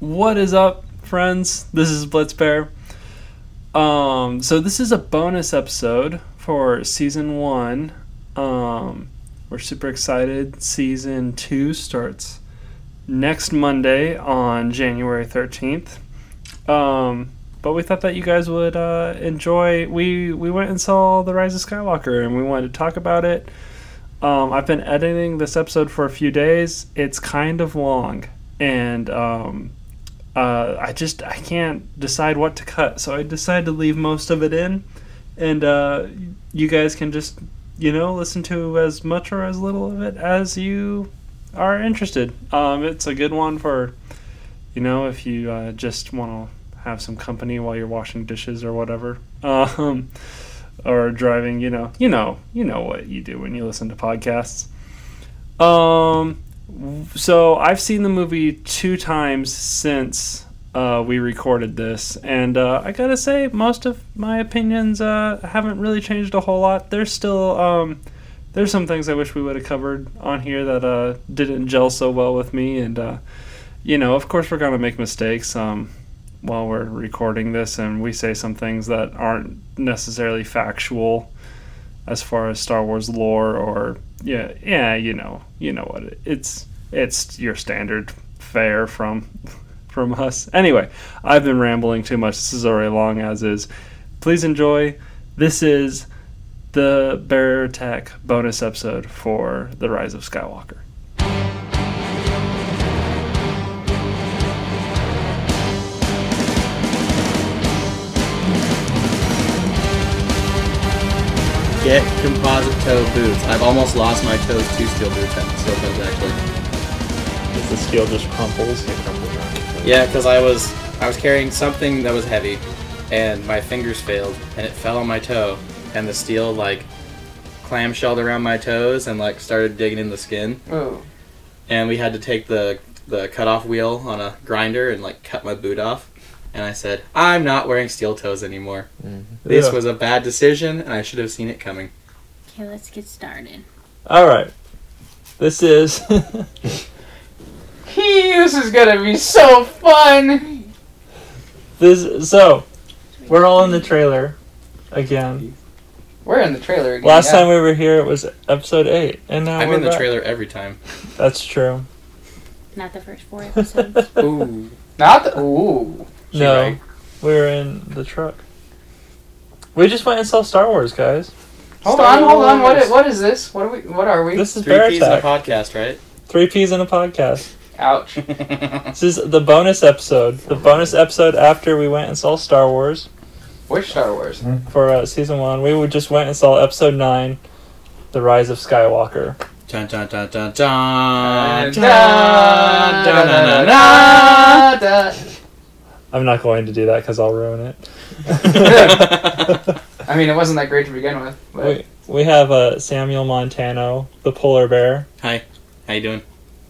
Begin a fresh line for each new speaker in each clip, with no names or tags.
What is up, friends? This is Blitzbear. Um, so this is a bonus episode for season one. Um, we're super excited. Season two starts next Monday on January thirteenth. Um, but we thought that you guys would uh, enjoy. We we went and saw The Rise of Skywalker, and we wanted to talk about it. Um, I've been editing this episode for a few days. It's kind of long, and um, uh, I just I can't decide what to cut, so I decided to leave most of it in, and uh, you guys can just you know listen to as much or as little of it as you are interested. Um, it's a good one for you know if you uh, just want to have some company while you're washing dishes or whatever. Um, or driving, you know, you know, you know what you do when you listen to podcasts. Um, w- so I've seen the movie two times since uh, we recorded this, and uh, I gotta say, most of my opinions uh, haven't really changed a whole lot. There's still um, there's some things I wish we would have covered on here that uh, didn't gel so well with me, and uh, you know, of course, we're gonna make mistakes. Um, while we're recording this and we say some things that aren't necessarily factual as far as Star Wars lore or yeah yeah you know you know what it, it's it's your standard fare from from us anyway I've been rambling too much this is already long as is please enjoy this is the Bear Tech bonus episode for the Rise of Skywalker
Get composite toe boots. I've almost lost my toes to steel boots. at Steel toes actually.
If the steel just crumples.
Yeah, because I was I was carrying something that was heavy, and my fingers failed, and it fell on my toe, and the steel like clamshelled around my toes and like started digging in the skin,
Oh.
and we had to take the the cutoff wheel on a grinder and like cut my boot off. And I said, I'm not wearing steel toes anymore. This
Yeah.
was a bad decision, and I should have seen it coming.
Okay, let's get started.
All right. This is
this is gonna be so fun!
this. So we're all in the trailer again.
We're in the trailer again.
Last time we were here, it was episode eight, and now
I'm
we're
in the
back.
trailer every time.
That's true.
Not the first four episodes.
Ooh.
Not the. Ooh.
She
no,
right.
we're in the truck. We just went and saw Star Wars, guys.
Hold
Star
on, hold on. What,
Wars.
i- what is this? What are we? What are we?
This is
Three
Bear
P's in a
Attack.
podcast, right?
Three P's in a podcast.
Ouch.
This is the bonus episode. The bonus episode after we went and saw Star Wars.
Which Star Wars?
for uh, season one. We would just went and saw episode nine, The Rise of Skywalker.
Dun, dun, dun, dun, dun.
Dun, dun, dun, dun, dun, dun.
I'm not going to do that because I'll ruin it.
I mean, it wasn't that great to begin with. But
we, we have uh, Samuel Montano, the polar bear,
Hi, how you doing?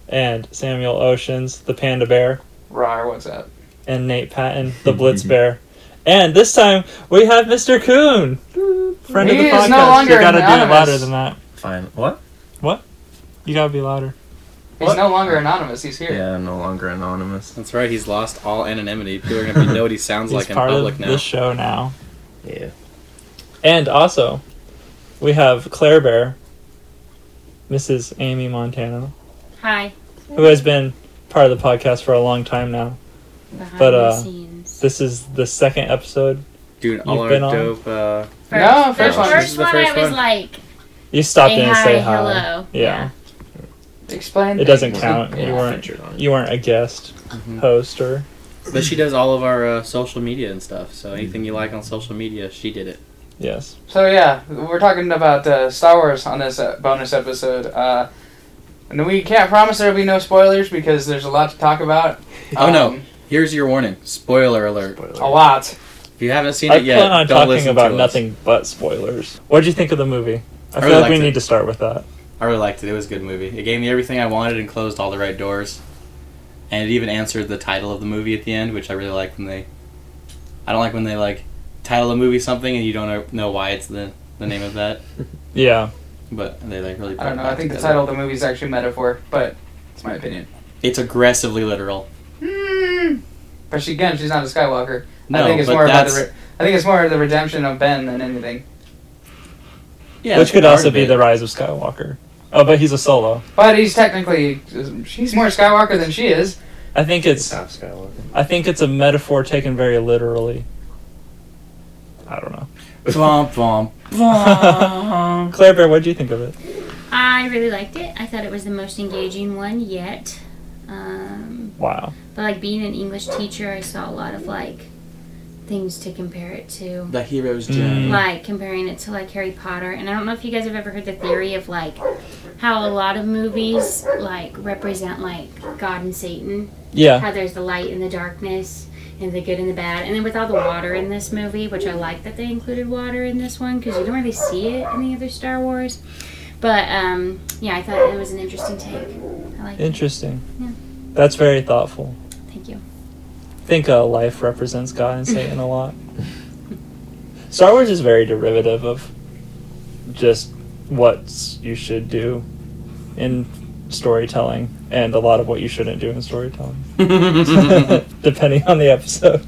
and Samuel Oceans, the panda bear,
Rar, what's up?
and Nate Patton, the blitz bear. And this time we have Mr. Coon, friend of
He
the
is
podcast.
no longer
you gotta do it
anonymous.
louder than that.
Fine. What?
You gotta be louder.
He's
What?
no longer anonymous. He's here.
Yeah, I'm no longer anonymous.
That's right, he's lost all anonymity. People are gonna be know what he sounds
He's
like in
part
public
of
now.
this show now.
Yeah.
And also, we have Claire Bear, Mrs. Amy Montano.
Hi.
who has been part of the podcast for a long time now.
Behind
But,
the
uh,
scenes.
This is the second episode.
Dude, all
You've
our
been on?
dope. Uh,
No,
the
first
first
one.
This is the
one,
first
I was
one.
like,
You stopped
hey,
in to
hi,
say hi.
hello.
Yeah.
Explain.
It doesn't
things.
count. You
Yeah.
weren't
Featured on.
you weren't a guest host or
but she does all of our uh, social media and stuff. So anything you like on social media, she did it.
yes.
So yeah, we're talking about uh, Star Wars on this uh, bonus episode, uh, and we can't promise there'll be no spoilers because there's a lot to talk about.
Oh, no.
Um,
Here's your warning: spoiler alert.
a lot.
If you haven't seen
I
it Oh, yet,
plan on
don't
talking
listen
about
to us.
nothing but spoilers. What would you think of the movie? I,
I
feel
really
like we
liked it.
need to start with that.
I really liked it. It was a good movie. It gave me everything I wanted and closed all the right doors. And it even answered the title of the movie at the end, which I really like when they. I don't like when they like title a movie something and you don't know- know why it's the the name of that.
Yeah.
But they like really.
I don't know.
brought it
I think the
together.
title of the movie is actually metaphor, but it's my opinion.
It's aggressively literal.
But she again, she's not a Skywalker.
No,
I think it's
but
more about
that's
the. Re- I think it's more the redemption of Ben than anything.
yeah,
Which
that's
could
part
also
of
be
it.
the rise of Skywalker. Oh, but he's a solo.
But he's technically, she's more Skywalker than she is.
I think it's
Stop Skywalker.
I think it's a metaphor taken very literally. I don't know.
Vomp, vomp, vomp.
Claire Bear, what do you think of it?
I really liked it. I thought it was the most engaging one yet. Um,
Wow.
but like being an English teacher, I saw a lot of like things to compare it to.
the hero's
Mm.
journey.
like comparing it to like Harry Potter. And I don't know if you guys have ever heard the theory of like how a lot of movies like represent like God and Satan,
Yeah.
how there's the light and the darkness and the good and the bad. And then with all the water in this movie, which I like that they included water in this one because you don't really see it in the other Star Wars. But um, yeah, I thought it was an interesting take. I like it.
Interesting.
Yeah.
That's very thoughtful.
Thank you.
I think uh, life represents God and Satan a lot. Star Wars is very derivative of just what you should do in storytelling and a lot of what you shouldn't do in storytelling. Mm. depending on the episode.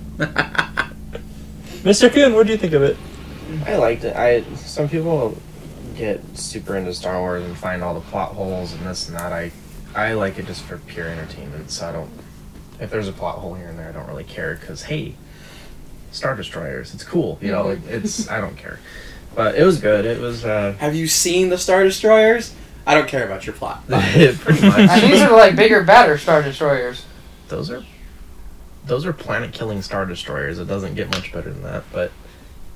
Mr. Coon, what do you think of it?
I liked it. I some people get super into Star Wars and find all the plot holes and this and that. I I like it just for pure entertainment. So I don't. If there's a plot hole here and there, I don't really care because hey, Star Destroyers, it's cool. You know, it, it's I don't care. But it was good. It was uh,
Have you seen the Star Destroyers? I don't care about your plot.
pretty
And these
much.
are like bigger, badder Star Destroyers.
those are those are planet killing Star Destroyers. It doesn't get much better than that. But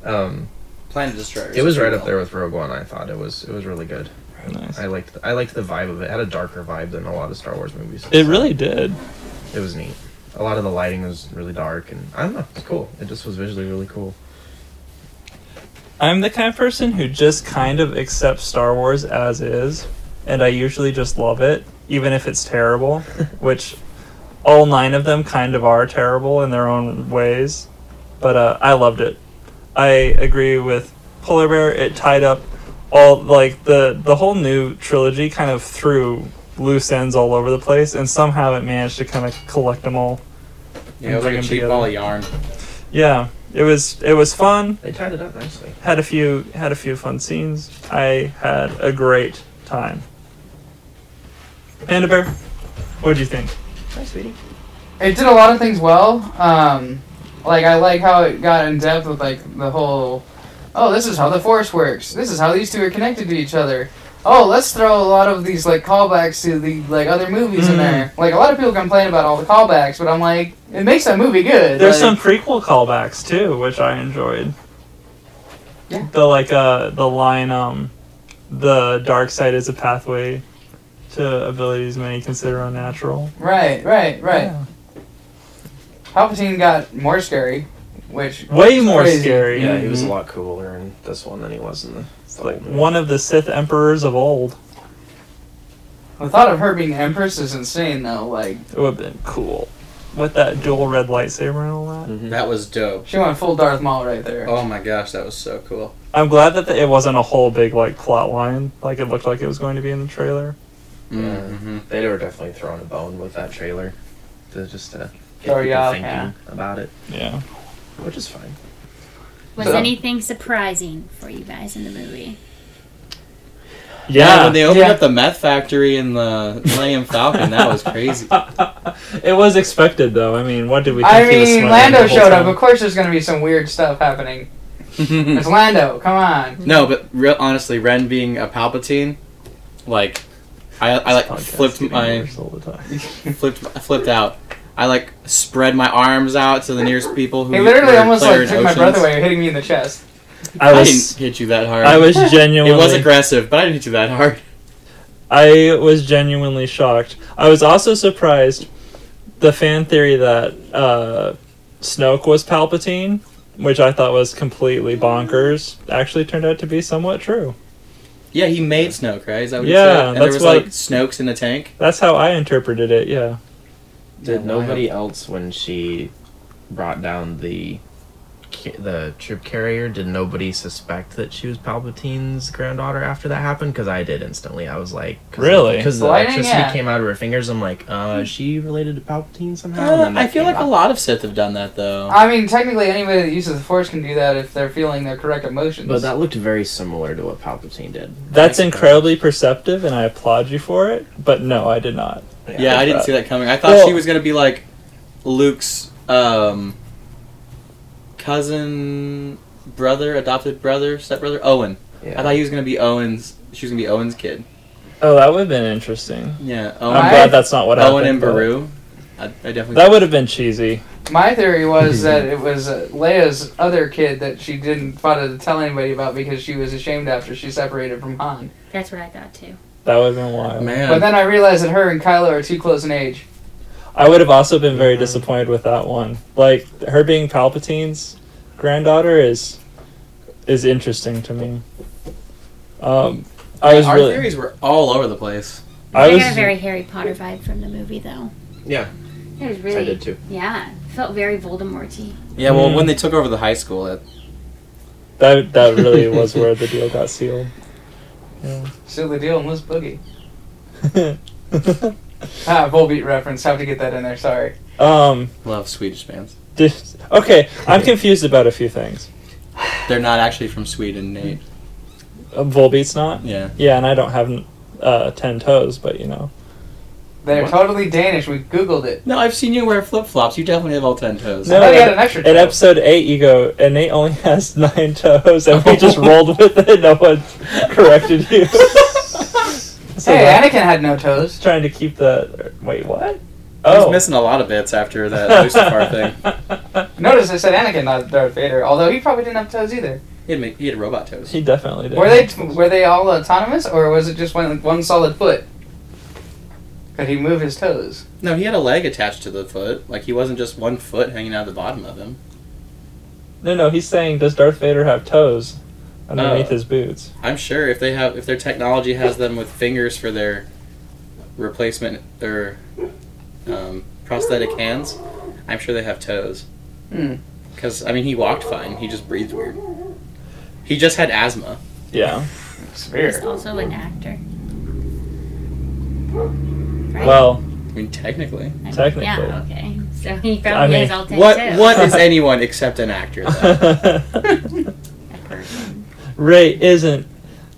um,
Planet Destroyers.
it was right up there with Rogue One. I thought it was it was really good.
Nice.
I liked I liked the vibe of it. It had a darker vibe than a lot of Star Wars movies.
It really did.
it was neat. A lot of the lighting was really dark, and I don't know. It's cool. It just was visually really cool.
I'm the kind of person who just kind of accepts Star Wars as is, and I usually just love it, even if it's terrible, which all nine of them kind of are terrible in their own ways. But uh, I loved it. I agree with Polar Bear. It tied up all like the the whole new trilogy kind of threw loose ends all over the place, and somehow it managed to kind of collect them all.
Yeah, it was like a
Bring 'em
cheap
together.
ball of yarn.
Yeah, it was it was fun.
They tied it up nicely.
had a few had a few fun scenes. I had a great time. Panda Bear, what do you think?
Hi, sweetie.
It did a lot of things well. Um, like I like how it got in depth with like the whole. Oh, this is how the Force works. This is how these two are connected to each other. Oh, let's throw a lot of these like callbacks to the like other movies
Mm-hmm.
in there. Like a lot of people complain about all the callbacks, but I'm like, it makes that movie good.
There's some
Like,
prequel callbacks too, which I enjoyed.
Yeah.
The like uh the line um the dark side is a pathway to abilities many consider unnatural.
right, right, right.
Yeah.
Palpatine got more scary, which
Way more
Crazy.
scary.
Yeah, he was a
Mhm.
lot cooler in this one than he was in the.
Mm-hmm. It's like one of the Sith emperors of old.
the thought of her being Empress is insane though. Like
It would have been cool. With that dual red lightsaber and all that.
Mm-hmm.
That was dope.
she went full Darth Maul right there.
Oh my gosh, that was so cool.
I'm glad that it wasn't a whole big like plot line like it looked like it was going to be in the trailer.
Mm-hmm.
They were definitely throwing a bone with that trailer, to just to get
Oh,
people
yeah,
thinking
yeah.
about it,
Yeah.
which is fine.
Was
So-
anything surprising for you guys in the movie?
when they opened
Yeah.
up the meth factory in the Millennium Falcon, that was crazy.
it was expected though. I mean, what did we think
I
he was
mean,
smuggling
Lando
the whole
showed up.
time? Hmm.
Of course, there's gonna be some weird stuff happening. It's Lando. Come on.
no, but real honestly, Ren being a Palpatine, like, I, I like
Podcast
flipped
getting
my
worse all the time.
flipped flipped out. I like spread my arms out to the nearest people who
He literally
were
almost
Claire
like
and
took my
Oceans.
breath away, hitting me in the chest.
I
I
was
didn't hit you that hard.
I was genuinely
It was aggressive, but I didn't hit you that hard.
I was genuinely shocked. I was also surprised the fan theory that uh, Snoke was Palpatine, which I thought was completely bonkers, actually turned out to be somewhat true.
Yeah, he made Snoke, right? Is that what
Yeah,
you said? And there
that's
was
what-
like Snoke's in the tank.
That's how I interpreted it. Yeah.
Did
Yeah, why-
nobody else when she brought down the ca- the troop carrier, did nobody suspect that she was Palpatine's granddaughter after that happened? Because I did instantly. I was like, cause
Really?
Because the
Why didn't
electricity
ya?
came out of her fingers. I'm like, uh, is she related to Palpatine somehow? And
Hmm. Uh,
then that
I feel
came
like a
out.
lot of Sith have done that
Oh.
though.
I mean, technically, anybody that uses the Force can do that if they're feeling their correct emotions.
But that looked very similar to what Palpatine did. uh,
That's incredibly perceptive, and I applaud you for it. But no, I did not.
yeah, I didn't
that.
see that coming. I thought
Well-
she was gonna be like Luke's um, cousin, brother, adopted brother, stepbrother, Owen. I thought he was gonna be Owen's. She was gonna be Owen's kid.
Oh, that would have been interesting.
Yeah,
I'm
Owen.
I-
glad that's not what
Owen
happened.
and
but
Baru. I, I definitely.
That would have been cheesy.
My theory was that it was uh, Leia's other kid that she didn't bother to tell anybody about because she was ashamed after she separated from Han.
That's what I thought too.
That would have been wild.
man.
But then I realized that her and Kylo are too close in age.
I would have also been very disappointed with that one. Like her being Palpatine's granddaughter is is interesting to me. Um, I was
our
really
theories were all over the place.
I
I,
was
got a very Harry Potter vibe from the movie though.
Yeah,
It was
I
really
did too.
yeah, felt very Voldemorty.
Yeah, well,
Mm.
when they took over the high school, it,
that that really was where the deal got sealed.
Seal the deal and let's boogie.
Yeah.
Ah, Volbeat reference. Have to get that in there. Sorry.
um.
love Swedish bands.
did- okay, I'm confused about a few things.
They're not actually from Sweden, Nate.
Uh, Volbeat's not.
Yeah.
Yeah, and I don't have uh, ten toes, but you know.
They're
What?
totally Danish. We googled it.
No, I've seen you wear flip flops. You definitely have all ten toes.
I thought he
in-
had an extra
In
toe.
episode eight, you go, and Nate only has nine toes, and we just rolled with it. No one corrected you. so
hey,
that-
Anakin had no toes.
trying to keep the wait, what? Oh.
I was missing a lot of bits after that Lucifer thing.
Notice I said Anakin, not Darth Vader. Although he probably didn't have toes either.
He had, ma- he had robot toes.
He definitely did.
Were they were they all autonomous, or was it just one one solid foot? Could he move his toes?
No, he had a leg attached to the foot. Like he wasn't just one foot hanging out of the bottom of him.
No, no. He's saying, does Darth Vader have toes underneath
Oh.
his boots?
I'm sure if they have if their technology has them with fingers for their replacement their um, prosthetic hands, I'm sure they have toes.
Hmm.
Because I mean, he walked fine. He just breathed weird. He just had asthma.
Yeah.
He's
Severe.
also an actor. Right?
Well,
I mean, technically,
I mean,
technically.
Yeah, okay. So he probably
I mean,
has all ten
what
toes.
what is anyone except an actor? Though?
A person.
Ray isn't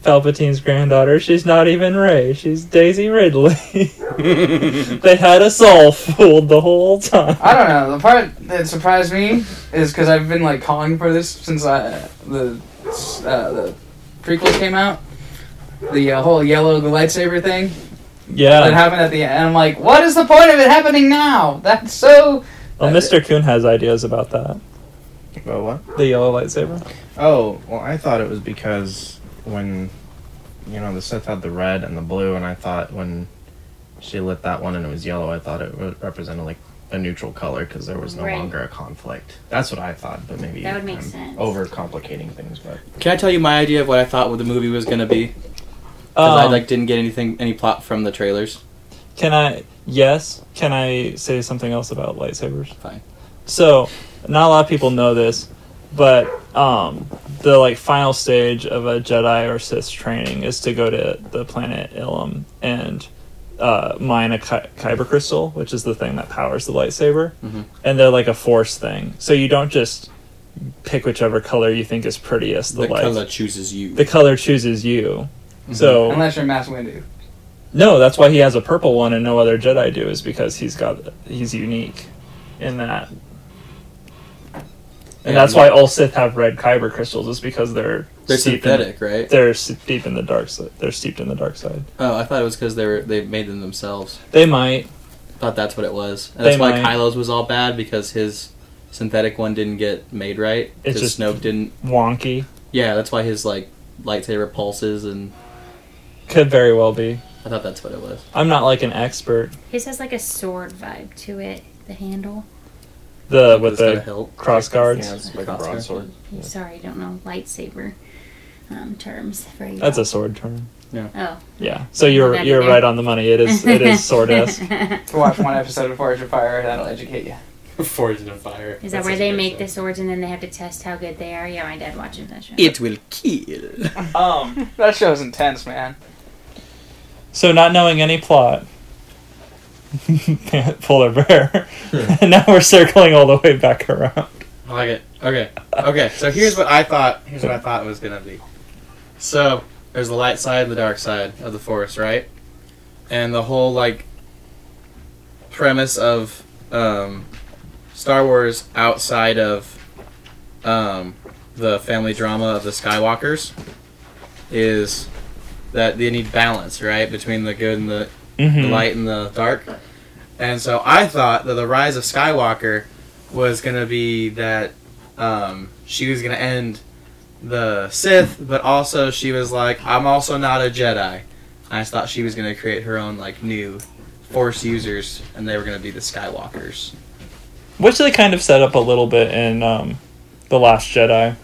Palpatine's granddaughter. She's not even Ray. She's Daisy Ridley. they had us all fooled the whole time.
I don't know. The part that surprised me is because I've been like calling for this since I, the uh, the prequels came out. The uh, whole yellow lightsaber thing that
Yeah.
happened at the end. And I'm like, what is the point of it happening now? That's so.
Well, Mr. Kuhn has ideas about that.
But what?
The yellow lightsaber.
Oh, well, I thought it was because when, you know, the Sith had the red and the blue, and I thought when she lit that one and it was yellow, I thought it re- represented like a neutral color because there was no
Right.
longer a conflict. That's what I thought, but maybe
That would make
I'm
sense.
overcomplicating things. But
Can I tell you my idea of what I thought what the movie was gonna be? Because I
Um,
like didn't get anything any plot from the trailers.
Can I? Yes. Can I say something else about lightsabers?
Fine.
So, not a lot of people know this, but um, the like final stage of a Jedi or Sith training is to go to the planet Ilum and uh, mine a ki- kyber crystal, which is the thing that powers the lightsaber,
Mhm.
and they're like a force thing. So you don't just pick whichever color you think is prettiest. The,
The,
light,
color Mm-hmm. chooses you.
the color chooses you. So
Unless you're Mass Windu.
no, that's why he has a purple one and no other Jedi do is because he's got he's unique in that. And
Yeah,
that's
no.
why all Sith have red kyber crystals is because they're
They're
steeped In,
synthetic, right?
they're s- deep in the dark side. They're steeped in the dark side.
Oh, I thought it was because they were they made them themselves.
They might.
Thought that's what it was. And
They
that's why
might.
Kylo's was all bad because his synthetic one didn't get made right.
It's
Because
just-
Snoke didn't.
Wonky
Yeah, that's why his like lightsaber pulses, and
could very well be.
I thought that's what it was.
I'm not like an expert.
His has like a sword vibe to it. The handle.
The
Like,
with
it's gonna
the
help.
cross guards.
Yeah, it's like a
Crosshair.
broadsword.
Sorry, I don't know lightsaber um, terms very
That's
well.
a sword term.
Oh.
Yeah. So
Well,
you're
that's
you're
okay.
right on the money. It is it is sword esque.
To watch one episode of Forge of Fire, that'll educate you.
Forged in Fire.
Is that
That's
where
such
they
a good
make
show.
the swords and then they have to test how good they are? Yeah, my dad watches that show.
It will kill.
Um, that show's intense, man.
So not knowing any plot, polar bear.
Hmm.
and now we're circling all the way back around.
I like it. Okay. Okay. So here's what I thought. Here's what I thought it was gonna be. So there's the light side and the dark side of the force, right? And the whole like premise of um, Star Wars outside of um, the family drama of the Skywalkers is that they need balance, right, between the good and the the
Mhm.
light and the dark. And so I thought that the rise of Skywalker was gonna be that um, she was gonna end the Sith, but also she was like, I'm also not a Jedi. I just thought she was gonna create her own like new Force users, and they were gonna be the Skywalkers.
Which they kind of set up a little bit in um, the Last Jedi.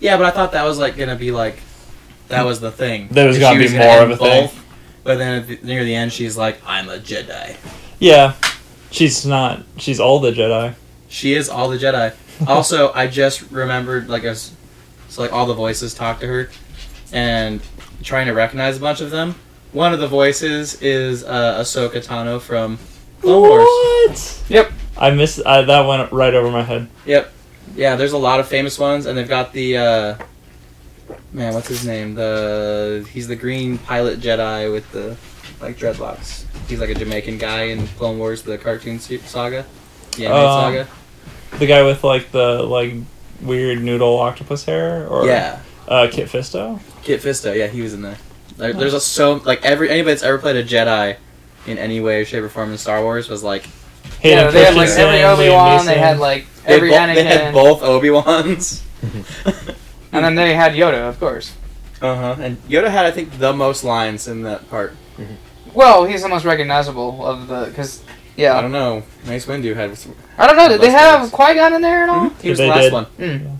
Yeah, but I thought that was like gonna be like that was the thing.
There was
She
gonna be
gonna
more
end
of a thing.
But then at the, near the end, she's like, "I'm a Jedi."
Yeah, she's not. She's all the Jedi.
She is all the Jedi. Also, I just remembered like as so like all the voices talk to her, and trying to recognize a bunch of them. One of the voices is uh, Ahsoka Tano from Clone Wars.
What?
Yep.
I missed I, that went right over my head.
Yep. Yeah, there's a lot of famous ones, and they've got the uh, man. What's his name? The he's the green pilot Jedi with the like dreadlocks. He's like a Jamaican guy in Clone Wars, the cartoon se- saga, the animated
Um,
saga.
The guy with like the like weird noodle octopus hair, or
Yeah.
uh, Kit Fisto.
Kit Fisto, yeah, he was in there. There- There's a, so like every anybody that's ever played a Jedi in any way, shape, or form in Star Wars was like
Hayden
yeah, they had like
Christensen,
every
Liam
Obi Wan, they
Neeson.
had like
they,
every
bo-
Anakin,
they had both Obi Wan's.
and then they had Yoda, of course.
uh huh. And Yoda had I think the most lines in that part.
Well, he's the most recognizable of the because yeah.
I don't know. Mace Windu had. some-
I don't know. Did they
Less
have
words.
Qui Gon in there at all?
He was
They
the last
did.
one.
Mm.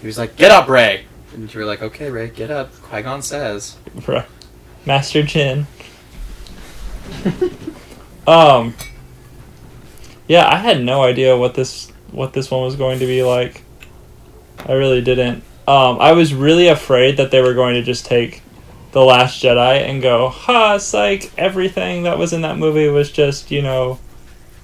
He was like, "Get up, Ray," and you were like, "Okay, Ray, get up." Qui Gon says,
Right. Master Chin. um. Yeah, I had no idea what this what this one was going to be like. I really didn't. Um, I was really afraid that they were going to just take the Last Jedi and go, "Ha, psych! Everything that was in that movie was just you know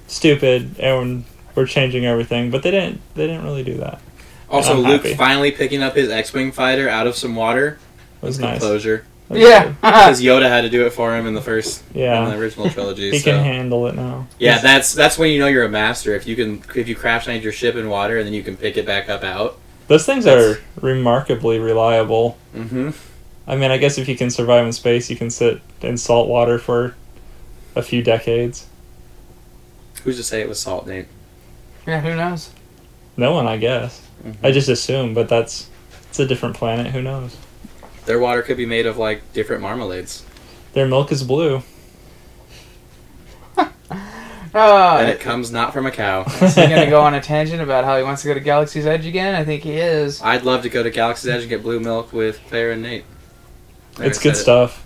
stupid, and we're changing everything." But they didn't. They didn't really do that.
"Also,
I'm
Luke
happy.
finally picking up his X-wing fighter out of some water."
It was
Good
nice.
Closure,
That was
Hmm. Yeah.
good.
because Yoda had to do it for him in the first, in the
Yeah.
original trilogy.
He
so.
can handle it now.
Yeah, that's that's when you know you're a master. If you can, if you crash land your ship in water and then you can pick it back up out.
Those things
That's-
are remarkably reliable.
Mm-hmm.
I mean, I guess if you can survive in space, you can sit in salt water for a few decades.
Who's to say it was salt, Nate?
Yeah, who knows?
No one, I guess.
Mhm.
Mm-hmm.
I just assume, but that's it's a different planet. Who knows?
Their water could be made of like different marmalades,
Their milk is blue.
and
Uh,
it comes not from a cow.
is he gonna go on a tangent about how he wants to go to Galaxy's Edge again? I think he is.
Oh,
I'd love to go to Galaxy's Edge and get blue milk with Claire and Nate. There,
it's
I
good
said it.
stuff.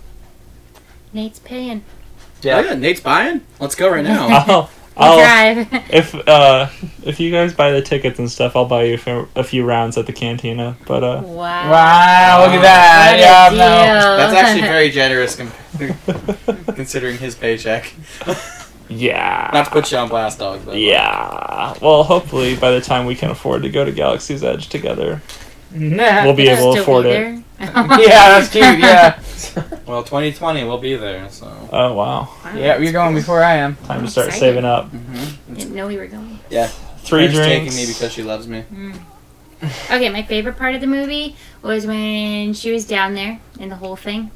Nate's paying.
Oh, yeah, Nate's buying. Let's go right
Oh.
now.
I'll,
We
I'll
drive.
if uh if you guys buy the tickets and stuff, I'll buy you a few- a few rounds at the cantina. But uh,
wow.
Wow, look at that.
What a
Yeah,
deal.
no.
That's
Uh,
actually very generous com- considering his paycheck.
yeah,
Not to put you on blast, dog. But
yeah. Well, hopefully by the time we can afford to go to Galaxy's Edge together,
Nah.
we'll be
You'll
able to
still
afford
be
it.
there?
yeah, that's cute. Yeah,
Well, 2020 we'll be there, so
Oh wow,
Wow.
yeah, you're going before I am.
time to
I'm
start
excited.
saving up.
Mm-hmm.
Didn't know we were going.
Three
Claire's
drinks.
taking me because she loves me.
Okay, my favorite part of the movie was when she was down there in the whole thing,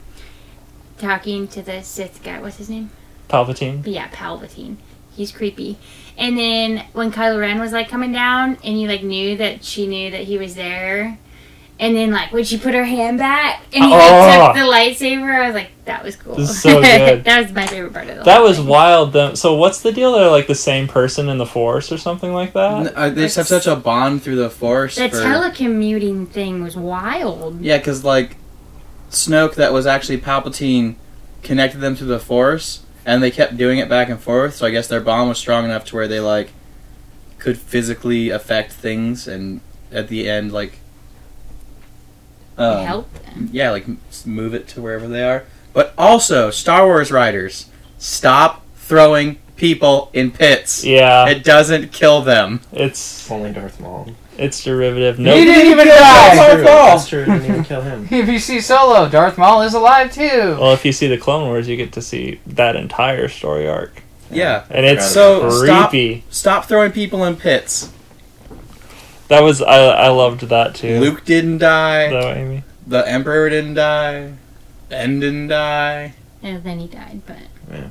talking to the Sith guy. What's his name?
Palpatine.
But yeah, Palpatine. He's creepy. And then when Kylo Ren was like coming down, and you like knew that she knew that he was there, and then like when she put her hand back and he
Oh.
like, took the lightsaber, I was like, that was cool.
This is so good.
that was my favorite part of
Oh,
the.
That
whole
was
thing.
wild. Though. So what's the deal? They're like the same person in the force or something like that.
N- uh, they just have such a bond through the force.
The
for-
telecommuting thing was wild.
yeah, because like Snoke, that was actually Palpatine, connected them to the force, and they kept doing it back and forth. So I guess their bond was strong enough to where they like could physically affect things, and at the end, like um,
help them.
yeah, like m- s- move it to wherever they are. But also, Star Wars writers, stop throwing people in pits.
Yeah,
It doesn't kill them.
it's
Only Darth Maul.
it's derivative.
He
Nope.
didn't even
die!
die!
Darth
true.
Maul!
That's true. Didn't even kill him.
If you see Solo, Darth Maul is alive too!
Well, if you see the Clone Wars, you get to see that entire story arc,
Yeah.
and it's
So, stop-
creepy.
Stop throwing people in pits.
That was I. I loved that too.
Luke didn't die.
Though, Amy.
The Emperor didn't die. Ben didn't die.
And then he died, but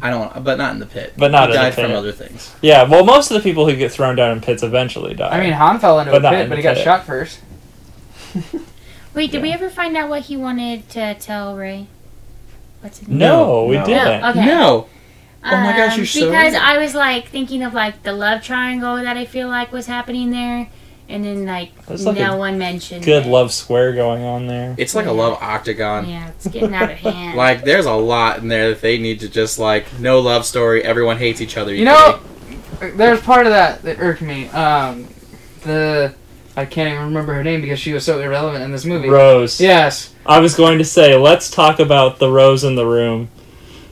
I don't, but not in the pit.
But
he
not in the
died from
pit.
other things.
Yeah. Well, most of the people who get thrown down in pits eventually die.
I mean, Han fell into
But
a
not in
pit, but he
the
got
pit.
shot first.
wait, did we ever find out what he wanted to tell Ray? What's his name?
no,
No,
we
no.
didn't.
Okay. Um,
No. Oh my gosh, you're so
Because
right.
I was like thinking of like the love triangle that I feel like was happening there, and then like
That's
no
like a
one mentioned.
Good
it.
love square going on there.
It's like a love octagon.
Yeah, it's getting out of hand.
Like, there's a lot in there that they need to just, like, no love story. Everyone hates each other.
You know, there's part of that that irked me. Um, the I can't even remember her name because she was so irrelevant in this movie.
Rose.
Yes,
I was going to say, let's talk about the rose in the room,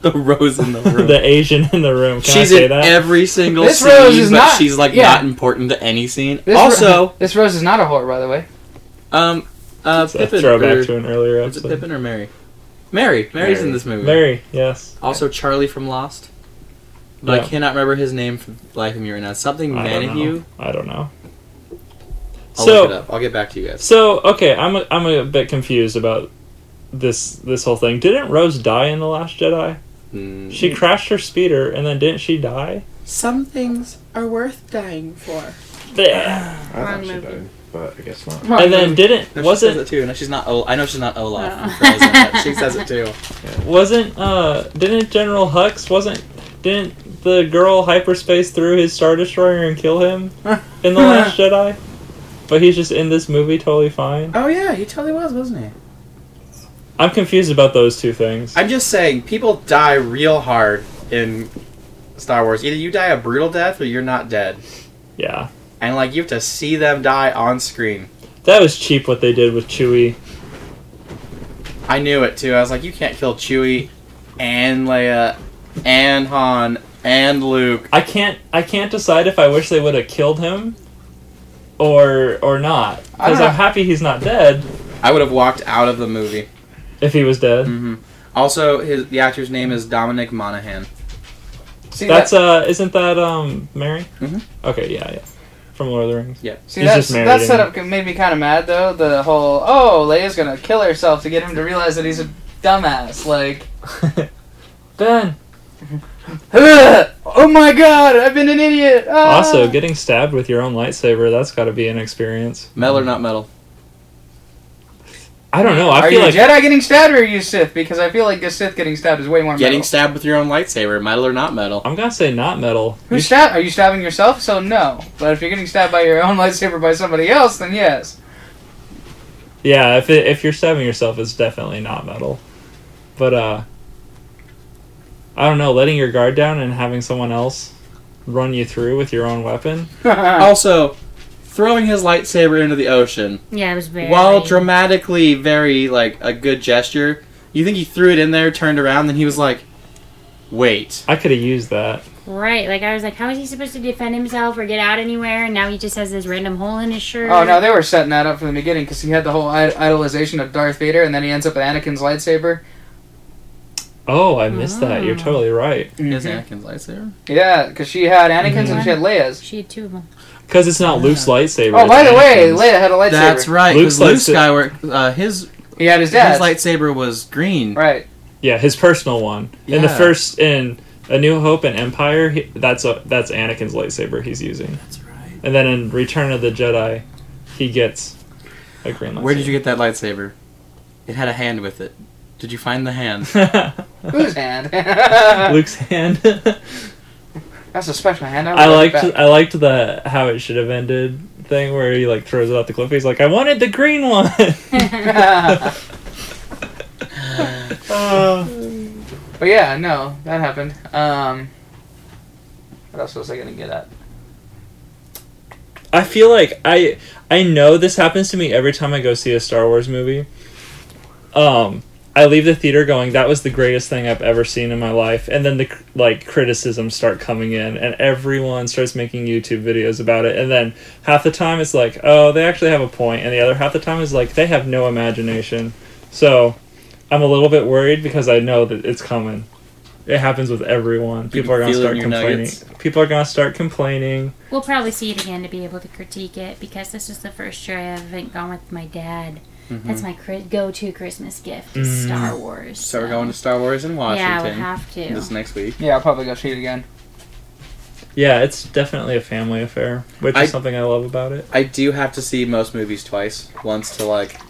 the rose in the room.
the Asian in the room. Can
she's
I say
in
that?
every single
This
scene,
rose is
but
not-
she's, like,
yeah.
not important to any scene.
This ro-
also,
this Rose is not a whore, by the way.
um, uh,
It's a
Pippin.
throwback
or-
to an earlier
was it
episode.
Pippin or Mary? Mary. Mary's in
Mary.
this movie.
Mary. Yes.
Also, Charlie from Lost. But
Yeah.
I cannot remember his name for the life of me right now. Something
I don't
Manahue.
know. I don't know.
I'll
so
look it up. I'll get back to you guys.
so okay, I'm a, I'm a bit confused about this this whole thing. Didn't Rose die in the Last Jedi?
Mm.
She crashed her speeder, and then didn't she die?
Some things are worth dying for.
Bleh.
I
Wrong
thought she
movie.
died, but I guess not.
And then didn't
No, she
wasn't
says it too. No, she's not. Ol- I know she's not Olaf.
Oh.
from Frozen, but she says it too.
wasn't uh didn't General Hux wasn't didn't the girl hyperspace through his star destroyer and kill him in the Last Jedi? But he's just in this movie totally fine.
Oh yeah, he totally was, wasn't he?
I'm confused about those two things.
I'm just saying, people die real hard in Star Wars. Either you die a brutal death or you're not dead,
Yeah,
and like you have to see them die on screen.
that was cheap what they did with Chewie.
I knew it too. I was like, you can't kill Chewie and Leia and Han and Luke.
I can't I can't decide if I wish they would have killed him or or not
I don't
because
know.
I'm happy he's not dead.
I would have walked out of the movie.
If he was dead,
Mm-hmm.
hmm Also, his the actor's name is Dominic Monaghan.
See
that's
that, Mm-hmm.
uh isn't that um Mary?
Mhm.
Okay, yeah, yeah, from Lord of the Rings.
see
he's
that's,
just married
that
and-
setup made me kind of mad though. The whole oh Leia's gonna kill herself to get him to realize that he's a dumbass. Like,
Ben
"Ugh, oh my god, I've been an idiot. Ah."
also getting stabbed with your own lightsaber that's got to be an experience.
Metal or not metal?
I don't know. I
are
feel
you
like
Jedi getting stabbed or are you Sith? Because I feel like a Sith getting stabbed is way more.
Getting
metal.
stabbed with your own lightsaber, metal or not metal?
I'm gonna say not metal.
Who's stab? Are you stabbing yourself? So no. But if you're getting stabbed by your own lightsaber by somebody else, then yes.
Yeah, if it, if you're stabbing yourself, it's definitely not metal. But uh, I don't know. Letting your guard down and having someone else run you through with your own weapon.
Also, throwing his lightsaber into the ocean
yeah, it was very.
while dramatically very like a good gesture. You think he threw it in there, turned around, then he was like, "Wait."
I could have used that.
Right, like I was like, how is he supposed to defend himself or get out anywhere? And now he just has this random hole in his shirt.
oh no, they were setting that up from the beginning because he had the whole I- idolization of Darth Vader, and then he ends up with Anakin's lightsaber.
Oh, I missed that. You're
Ah.
totally right.
Is Anakin's lightsaber?
Mm-hmm. Yeah, because she had Anakin's and she had Leia's.
She had two of them.
Because it's not Luke's lightsaber.
Oh,
it's
by the way,
Anakin's.
Leia had a lightsaber.
That's right.
Luke's
Because Luke
lightsa-
Skywalker, uh, his
He had his
his
dad's.
lightsaber was green.
right.
yeah, his personal one. In the
Yeah.
first in A New Hope and Empire, he, that's a, that's Anakin's lightsaber he's using.
That's right.
And then in Return of the Jedi, he gets a green lightsaber.
Where did you get that lightsaber? It had a hand with it. Did you find the hand?
Whose hand? That's
Luke's hand.
a special hand. I, would
I
like
liked
that.
I liked the how it should have ended thing where he like throws it off the cliff. He's like, I wanted the green one. Uh,
but yeah, no, that happened. Um, what else was I gonna get at?
I feel like I I know this happens to me every time I go see a Star Wars movie. Um, I leave the theater going, that was the greatest thing I've ever seen in my life, and then the cr- like criticisms start coming in, and everyone starts making YouTube videos about it, and then half the time it's like, oh, they actually have a point, and the other half the time is like, they have no imagination. So, I'm a little bit worried because I know that it's coming. It happens with everyone.
You
People are
can
gonna
feel it in
start
your
complaining.
nuggets.
People are gonna start complaining.
We'll probably see it again to be able to critique it because this is the first year I haven't gone with my dad. That's my cri- go-to Christmas gift: is
Mm.
Star Wars.
Mm-hmm. So we're going to Star Wars in Washington
Yeah, we'll have to.
this next week.
Yeah, I'll probably go see it again.
Yeah, it's definitely a family affair, which
I-
is something I love about it.
I do have to see most movies twice. Once to like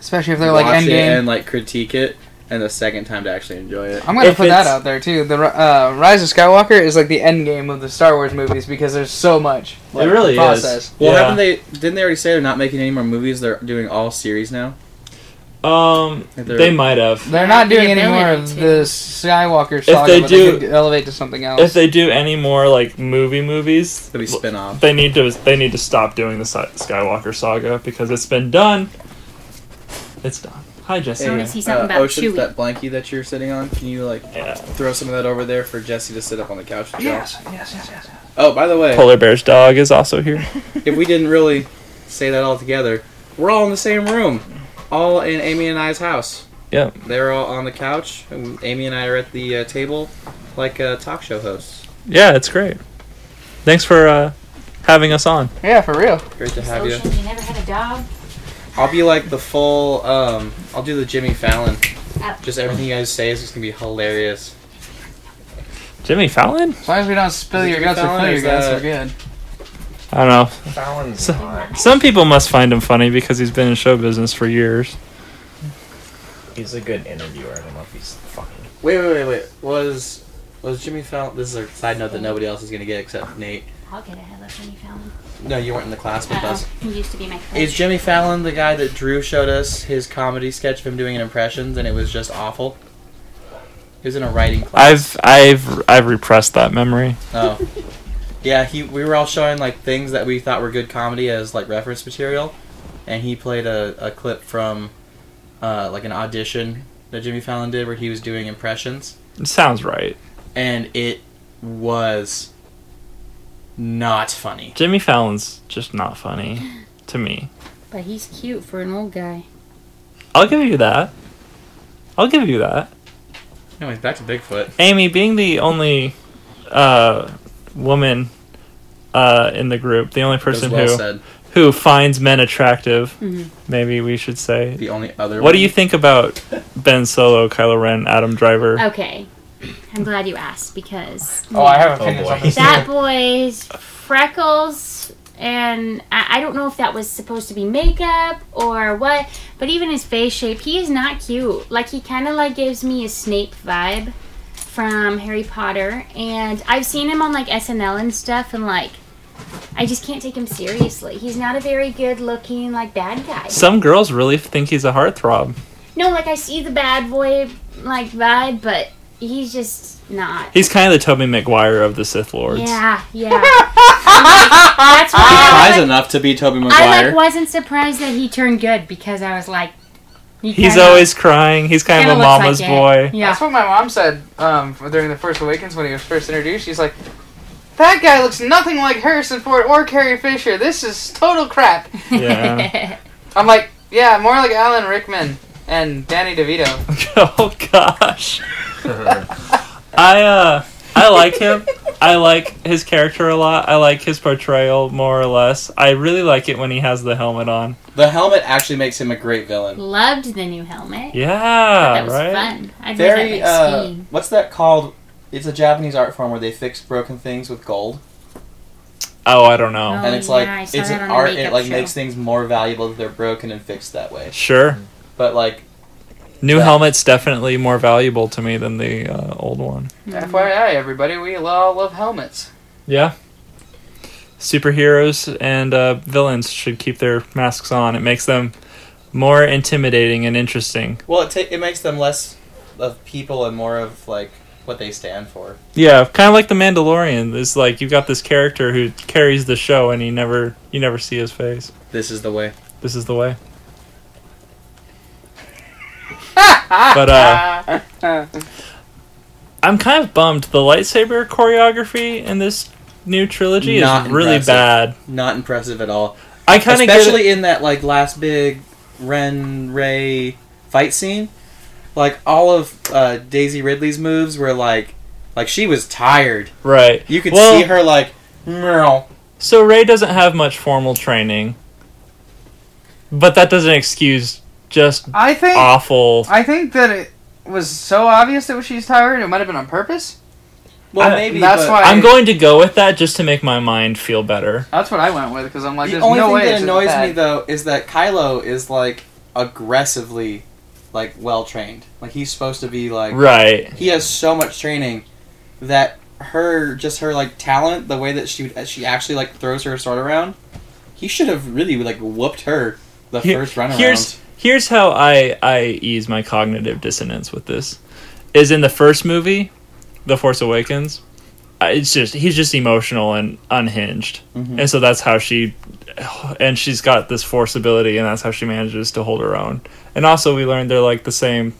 Especially if they're like
watch it
Endgame.
and like critique it, and the second time to actually enjoy it.
I'm gonna
If
put that
it's-
out there too. The uh, Rise of Skywalker is like the end game of the Star Wars movies because there's so much. Like,
It really
the
is.
process.
Well,
Yeah.
haven't they? Didn't they already say they're not making any more movies? They're doing all series now.
Um,
If they're-
they might have.
They're not
The
doing any more
ability
of
to.
the Skywalker saga,
they
but
do-
they could elevate to something else.
If they do any more like movie movies,
It'll be spin off.
they need to they need to stop doing the Sky- Skywalker saga because it's been done. It's done. Hi, Jesse.
Hey. wanna see something about
Ocean,
Chewie.
Uh, that blankie that you're sitting on. Can you like
Yeah.
throw some of that over there for Jesse to sit up on the couch? and
yes, yes, yes, yes.
chill? Oh, by the way,
Polar bear's dog is also here.
if we didn't really say that all together, we're all in the same room, all in Amy and I's house.
Yep.
They're all on the couch. And Amy and I are at the uh, table, like uh, talk show hosts.
Yeah, it's great. Thanks for uh, having us on.
Yeah, for real.
Great to have you.
Ocean, you never had a dog.
I'll be like the full. Um, I'll do the Jimmy Fallon.
Up.
Just everything you guys say is just gonna be hilarious.
Jimmy Fallon?
As long as we don't spill
Is it
your guts or
Fallon
fill
or
your
is
guts,
that-
we're good.
I don't know.
Fallon's
So-
not.
Some people must find him funny because he's been in show business for years.
He's a good interviewer. I don't know if he's fucking.
Wait, wait, wait, wait. Was was Jimmy Fallon? This is a side note that nobody else is gonna get except Nate.
I'll get ahead of Jimmy Fallon.
No, you weren't in the class with us.
Uh-oh. He used to be my coach.
Is Jimmy Fallon the guy that Drew showed us his comedy sketch of him doing an impressions and it was just awful? He was in a writing class.
I've I've I've repressed that memory.
Oh. Yeah, he we were all showing like things that we thought were good comedy as like reference material and he played a, a clip from uh, like an audition that Jimmy Fallon did where he was doing impressions.
It sounds right.
and it was not funny.
Jimmy Fallon's just not funny to me.
But he's cute for an old guy.
I'll give you that. I'll give you that.
Anyways, back to Bigfoot.
Amy, being the only uh, woman uh, in the group, the only
As
person
well
who
said,
who finds men attractive,
Mhm.
maybe we should say.
the only other.
What do you think about Ben Solo, Kylo Ren, Adam Driver?
Okay. I'm glad you asked because
Oh, I have
Oh,
opinions on
boy.
this.
that boy's freckles and I, I don't know if that was supposed to be makeup or what but even his face shape he is not cute like he kind of like gives me a snape vibe from harry potter and i've seen him on like snl and stuff and like i just can't take him seriously he's not a very good looking like bad guy
Some girls really think he's a heartthrob.
no like i see the bad boy like vibe but he's just not
He's kind of the Tobey Maguire of the Sith Lords.
yeah yeah that's why I
Surprise
like-
enough to be Toby
Ah! I like
Maguire.
wasn't surprised that he turned good because I was like, he
He's
kinda-
always crying. He's kind
kinda
of a
looks
mama's
like
boy.
it. Yeah,
That's what my mom said um, during the First Awakens when he was first introduced. She's like, "That guy looks nothing like Harrison Ford or Carrie Fisher. This is total crap."
Yeah.
I'm like, "Yeah, more like Alan Rickman and Danny DeVito."
oh gosh. I uh I like him. I like his character a lot. I like his portrayal more or less. I really like it when he has the helmet on.
the helmet actually makes him a great villain.
loved the new helmet.
Yeah,
that was
right.
fun. I did
Very.
that like
Uh,
skiing.
what's that called? It's a Japanese art form where they fix broken things with gold,
Oh, I don't know.
Oh,
and it's
yeah,
like
I saw
it's
that
an
on a
art. It
makeup
like
show.
makes things more valuable if they're broken and fixed that way.
Sure.
But like,
New
Yeah.
helmet's definitely more valuable to me than the uh, old one.
FYI, everybody, we all love helmets.
Yeah. Superheroes and uh, villains should keep their masks on. It makes them more intimidating and interesting.
well, it ta- it makes them less of people and more of like what they stand for.
Yeah, kind of like the Mandalorian. It's like you've got this character who carries the show, and you never you never see his face.
This is the way.
This is the way. but uh, I'm kind of bummed. The lightsaber choreography in this new trilogy
Not
is really
impressive.
bad.
Not impressive at all.
I kind of get it.
especially in that like last big Ren Ray fight scene. Like all of uh, Daisy Ridley's moves were like, like she was tired.
right.
You could
Well-
see her like, meow.
So Ray doesn't have much formal training, but that doesn't excuse just
I think
awful.
I think that it was so obvious that she's tired. It might have been on purpose.
Well,
I-
maybe
that's
but
why-
I'm going to go with that just to make my mind feel better.
That's what I went with because I'm like,
The
there's
only
no way.
thing that
it's
annoys me
bad.
though is that Kylo is like aggressively, like well trained. Like he's supposed to be like
Right.
he has so much training that her just her like talent the way that she she actually like throws her sword around he should have really like whooped her the
Here-
first run around
here's here's how I I ease my cognitive dissonance with this is in the first movie, The Force Awakens. I- It's just he's just emotional and unhinged,
Mhm.
and so that's how she, and she's got this force ability, and that's how she manages to hold her own. And also, we learned they're like the same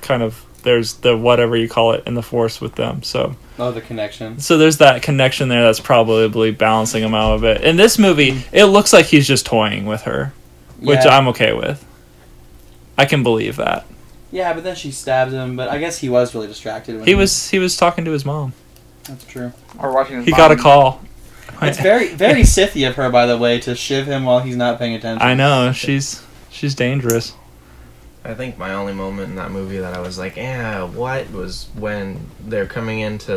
kind of there's the whatever you call it in the force with them. So
oh the connection
so there's that connection there that's probably balancing him out a bit. In this movie, it looks like he's just toying with her which
yeah.
I'm okay with. I can believe that.
yeah but then she stabbed him but i guess he was really distracted when
He was he was talking to his mom.
that's true
Or watching. his
He got a
mom.
call.
it's very very sithy of her by the way to shiv him while he's not paying attention
I know she's she's dangerous.
I think my only moment in that movie that I was like, "Yeah, what?" was when they're coming into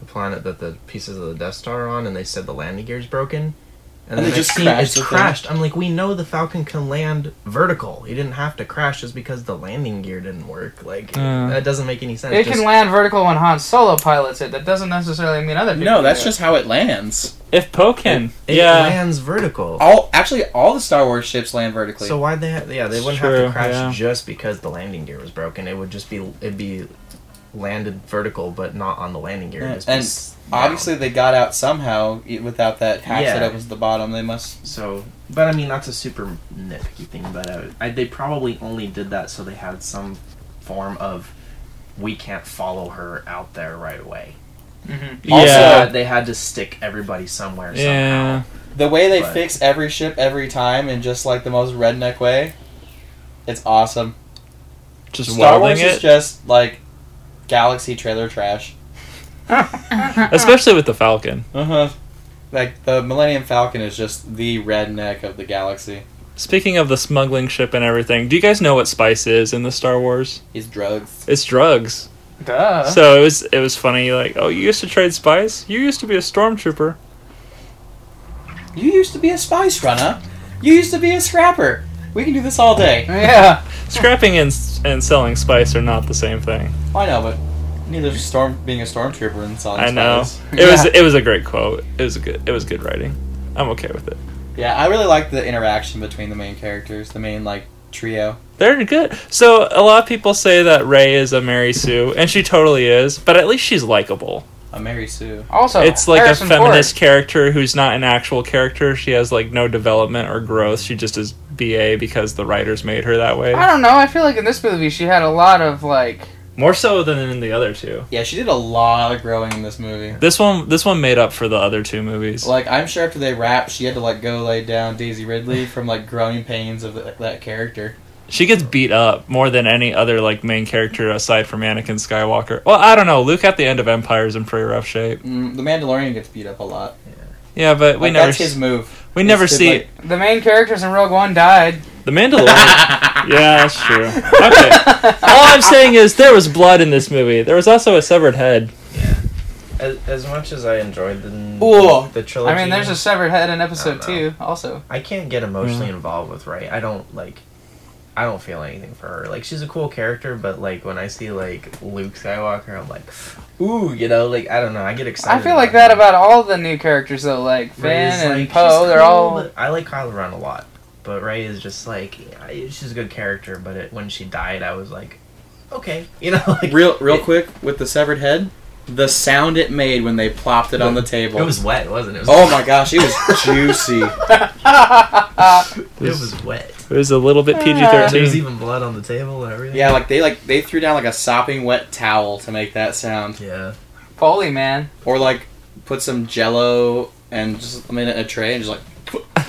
the planet that the pieces of the Death Star are on, and they said the landing gear's broken,
And
the
they just
next scene,
crashed
it's
the thing.
crashed. I'm like, we know the Falcon can land vertical. He didn't have to crash just because the landing gear didn't work. Like
Uh.
Yeah.
that doesn't make any sense.
It
Just-
can land vertical when Han Solo pilots it. That doesn't necessarily mean other people.
no that's
do it.
just how it lands
If Poe can,
It
yeah,
lands vertical.
all actually all the star wars ships land vertically
So why'd they? Have, yeah, they
It's
wouldn't have
true,
to crash
yeah.
just because the landing gear was broken. It would just be it'd be landed vertical, but not on the landing gear.
Yeah,
It'd just be
and
s-
obviously
down.
they got out somehow e- without that hatch that
Yeah.
opens at the bottom they must
So, but I mean that's a super nitpicky thing. But I, I, they probably only did that so they had some form of we can't follow her out there right away.
Mm-hmm.
yeah,
Also, they had to stick everybody somewhere.
yeah.
The way they
Right.
fix every ship every time in just like the most redneck way, it's awesome.
Just
Star Wars
welding
is
it,
just like galaxy trailer trash.
uh, Ah.
especially with the Falcon.
Uh huh. Like the Millennium Falcon is just the redneck of the galaxy.
Speaking of the smuggling ship and everything, do you guys know what spice is in the Star Wars?
He's drugs.
It's drugs.
Duh.
Uh-huh.
So it was it was funny. Like, oh, you used to trade spice. You used to be a stormtrooper.
You used to be a spice runner. You used to be a scrapper. We can do this all day.
yeah.
Scrapping and s- and selling spice are not the same thing.
I know, but neither is storm being a stormtrooper and selling
I know.
spice.
It was
Yeah.
it was a great quote. It was a good it was good writing. I'm okay with it.
Yeah, I really like the interaction between the main characters, the main like trio.
They're good. So a lot of people say that Ray is a Mary Sue, and she totally is, but at least she's likable.
A Uh, Mary Sue.
Also,
it's like
Harrison
a
Ford.
feminist character who's not an actual character. She has like no development or growth. She just is BA because the writers made her that way.
I don't know. I feel like in this movie she had a lot of like.
More so than in the other two.
Yeah, she did a lot of growing in this movie.
This one this one made up for the other two movies.
Like I'm sure after they wrapped, she had to like go lay down Daisy Ridley from like growing pains of that that character.
She gets beat up more than any other like main character aside from Anakin Skywalker. Well, I don't know. Luke at the end of Empire is in pretty rough shape.
Mm, the Mandalorian gets beat up a lot.
Yeah, but we
Like,
never
that's his
s-
move.
we never
It's to,
see
like-
The main characters in Rogue One died.
the Mandalorian. yeah, that's true. Okay. All I'm saying is there was blood in this movie. There was also a severed head.
As, as much as I enjoyed the
Ooh.
the
I
trilogy,
mean, there's a severed head in episode
I don't know.
two. Also,
I can't get emotionally
Mm.
involved with Ray. I don't like. I don't feel anything for her. Like she's a cool character, but like when I see like Luke Skywalker, I'm like, ooh, you know, like I don't know. I get
I
excited.
feel like that about all the new characters though, like
Rey's,
Finn and
like,
Poe.
she's
They're
cool,
all.
but- I like Kylo Ren a lot, but Ray is just like I- she's a good character. But it, when she died, I was like, okay, you know, like
Real, real
it-
quick with the severed head, the sound it made when they plopped it on the table.
It was wet, wasn't it? It was,
oh my gosh, it was juicy.
It was wet.
It was a little
Ah.
bit PG
There was
thirteen.
even blood on the table and everything.
Yeah, like they like they threw down like a sopping wet towel to make that sound,
Yeah.
Foley, man.
or like put some Jello and just I mean in a tray and just like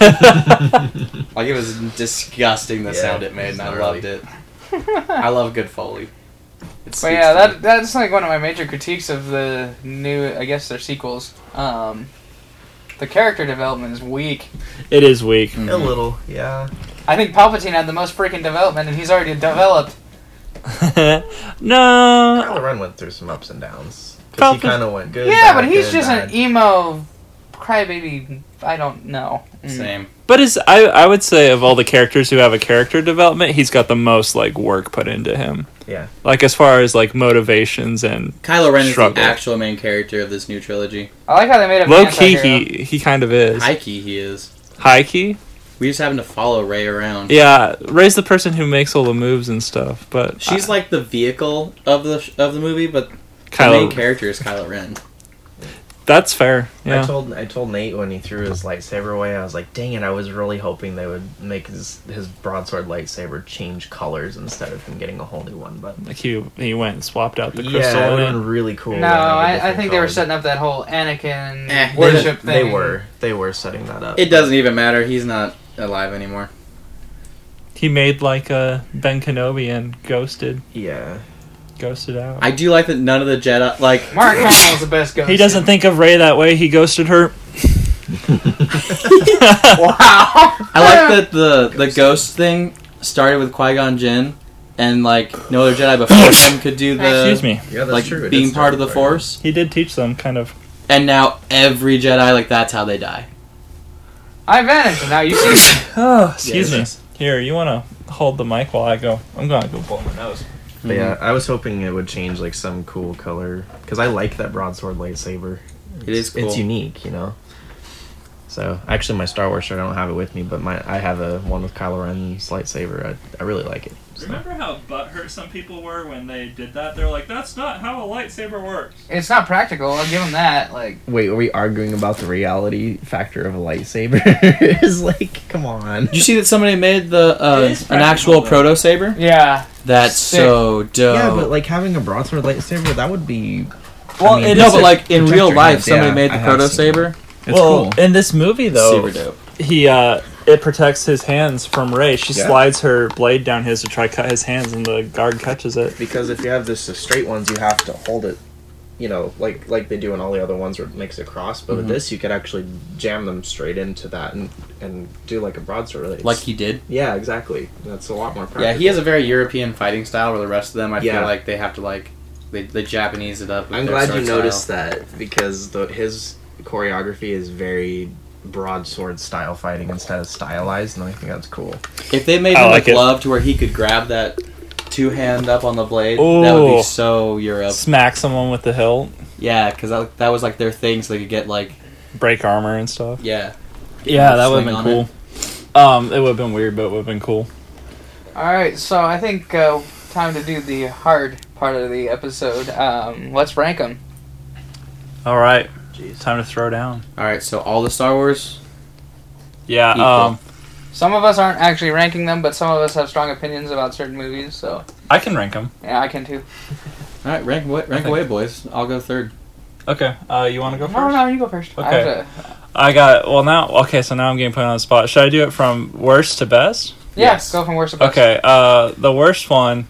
like it was disgusting the
Yeah,
sound
it
it made,
was
and I
gnarly.
loved it. I love good foley. It
But
speaks
yeah,
to me.
that that's like one of my major critiques of the new, I guess their sequels. Um, the character development is weak.
It is weak.
A
Mm,
little, yeah.
I think Palpatine had the most freaking development, and he's already developed.
no.
Kylo Ren went through some ups and downs. Because
Falcon-
he kind of went good.
yeah,
bad,
but he's
good,
just
bad.
an emo crybaby. I don't know. Mm.
same.
But is I I would say of all the characters who have a character development, he's got the most like work put into him.
Yeah.
Like as far as like motivations and
Kylo Ren is
Struggle.
the actual main character of this new trilogy.
I like how they made him
low
an
key
anti-hero.
he he kind of is.
Heike, he is.
High key?
We just happen to follow Ray around.
Yeah, Ray's the person who makes all the moves and stuff, but
She's
Uh,
I,
like the vehicle of the of the movie, but the main
Kylo.
character is Kylo Ren.
that's fair.
I
Yeah.
told I told Nate when he threw his lightsaber away, I was like, "Dang it! I was really hoping they would make his his broadsword lightsaber change colors instead of him getting a whole new one." But
Like he he went and swapped out the
yeah, it
crystal
would have
in it.
been really cool. to
No,
have a
I, I
different
think they were
color.
setting up that whole Anakin
Eh, they-
worship
They
thing.
were they were setting that up.
It doesn't even matter. He's not alive anymore.
He made like uh, Ben Kenobi and ghosted
Yeah.
ghosted out.
I do like that none of the Jedi like
Mark Hamill's the best ghost.
he doesn't think of Ray that way. He ghosted her.
Wow.
I
Ah!
like that the the ghost thing started with Qui Gon Jinn, and like no other Jedi before him could do the
Excuse me.
Yeah, that's
like
true. it
being
is
part of the
starting right
Force,
He did teach them kind of.
and now every Jedi like that's how they die.
I vanished, and now you see.
Oh, excuse
Yes.
me. Here, you want to hold the mic while I go? I'm gonna go blow my nose.
now. But yeah, I was hoping it would change like some cool color because I like that broadsword lightsaber.
It is cool.
It's unique, you know. So actually, my Star Wars shirt I don't have it with me, but my I have a one with Kylo Ren's lightsaber. I, I really like it. So.
Remember how butthurt some people were when they did that? They're like, "That's not how a lightsaber works."
It's not practical. I'll give him that. Like,
Wait, are we arguing about the reality factor of a lightsaber? it's like, come on.
Did you see that somebody made the
It
uh,
is
an
practical,
actual
though.
proto saber?
yeah.
That's
Sick.
so dope.
Yeah, but like having a broadsword lightsaber, that would be.
Well,
mean,
in
no,
this,
but like in
protect
real
your
life,
hands,
somebody
yeah,
made
I
the
have
proto
seen it.
saber.
It's
well,
cool.
in this movie though,
Super dope.
he uh, it protects his hands from Ray. She
Yeah.
slides her blade down his to try to cut his hands, and the guard catches it.
Because if you have this the straight ones, you have to hold it, you know, like like they do in all the other ones where it makes a cross. But with this, you could actually jam them straight into that and and do like a broadsword. It's-
Like he did.
yeah, exactly. That's a lot more. Practical.
Yeah, he has a very European fighting style. Where the rest of them, I
Yeah.
feel like they have to like they, they Japanese it up. with
I'm
their
glad
sword
you
style.
noticed that because the, his choreography is very broadsword style fighting instead of stylized, and I think that's cool.
If they made
I
him
like
a
it.
glove to where he could grab that two hand up on the blade, that would
Ooh.
be so Europe.
Smack someone with the hilt,
Yeah, because that, that was like their thing, so they could get like
break armor and stuff.
yeah.
Yeah, that would
Swing
have
on
been cool. Um, it would have been weird, but it would have been cool.
All right. So I think uh, time to do the hard part of the episode. Um, let's rank them.
All right,
Jeez.
time to throw down.
All right, so all the Star Wars.
Yeah.
Equal.
Um,
Some of us aren't actually ranking them, but some of us have strong opinions about certain movies. So
I can rank them.
yeah, I can too.
All right, rank away, rank
Okay.
away, boys. I'll go third.
Okay. Uh, you want to go first?
No, no, you go first. I
Okay.
have to-
I got well now. Okay, so now I'm getting put on the spot. Should I do it from worst to best?
yeah,
Yes.
go from worst to best.
Okay. Uh, the worst one.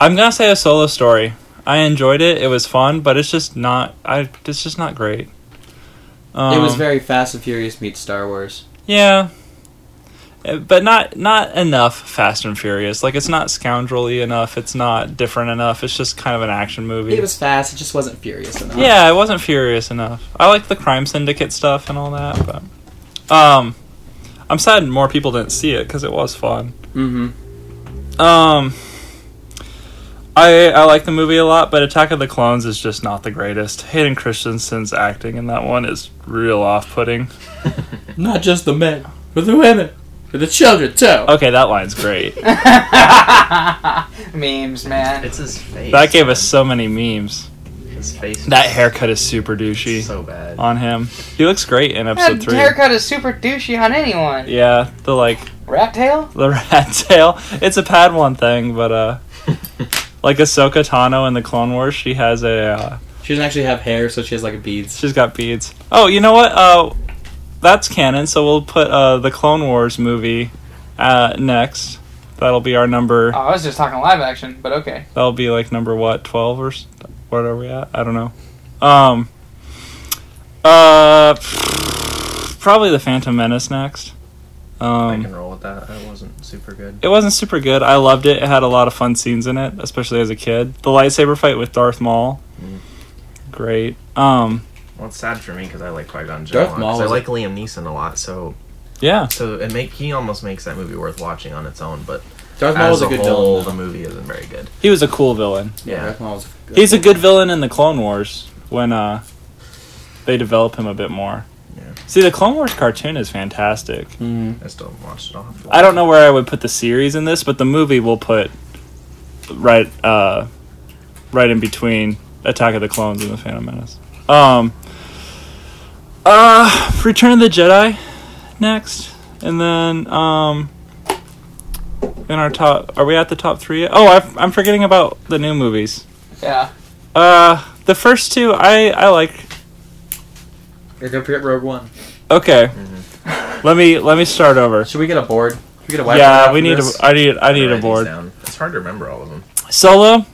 I'm gonna say a solo story. I enjoyed it. It was fun, but it's just not. I. It's just not great. Um,
it was very Fast and Furious meets Star Wars.
Yeah. Uh, But not not enough Fast and Furious. Like it's not scoundrelly enough. It's not different enough. It's just kind of an action movie.
It was fast. It just wasn't furious enough.
Yeah, it wasn't furious enough. I like the crime syndicate stuff and all that, but um, I'm sad more people didn't see it because it was fun.
Mm-hmm.
Um, I I like the movie a lot, but Attack of the Clones is just not the greatest. Hayden Christensen's acting in that one is real off-putting.
Not just the men, but the women. For the children, too.
Okay, that line's great.
Memes, man.
It's his face.
That gave us so many memes.
his face.
That haircut is super douchey
so bad.
on him. He looks great in episode
That
three.
haircut is super douchey on anyone.
Yeah, the like
Rat tail?
the rat tail. It's a Padawan thing, but uh, like Ahsoka Tano in the Clone Wars, she has a uh,
She doesn't actually have hair, so she has like beads.
She's got beads. Oh, you know what? Uh, that's canon. So we'll put uh, the Clone Wars movie uh, next. That'll be our number.
Oh, I was just talking live action, but okay.
That'll be like number what twelve or s- what are we at? I don't know. Um. Uh, probably the Phantom Menace next.
I
Um,
can roll with that. That wasn't super good.
it wasn't super good. I loved it. It had a lot of fun scenes in it, especially as a kid. The lightsaber fight with Darth Maul,
Mm.
great. Um,
Well, it's sad for me because I like Qui Gon Jinn.
Darth
a lot,
Maul
'cause I
was a-
like Liam Neeson a lot, so
yeah,
so it make he almost makes that movie worth watching on its own. But
Darth Maul
as
was
a,
a good
whole,
villain.
the
though.
movie isn't very good.
he was a cool villain.
Yeah,
Yeah.
Darth Maul was a good
He's a good villain in the Clone Wars when uh they develop him a bit more.
Yeah.
See, the Clone Wars cartoon is fantastic.
Mm.
I still haven't watched it all.
I don't know where I would put the series in this, but the movie will put right uh right in between Attack of the Clones and the Phantom Menace. Um uh Return of the Jedi next and then um in our top are we at the top 3? Oh, I've, I'm forgetting about the new movies.
Yeah.
Uh, the first two I I like.
You're gonna forget Rogue One.
Okay, let me let me start over.
Mm-hmm. Should we get a board? Should we get a whiteboard
yeah,
after
we need a,
this?
I need I need a
Write these
board.
down. It's hard to remember all of them.
Solo,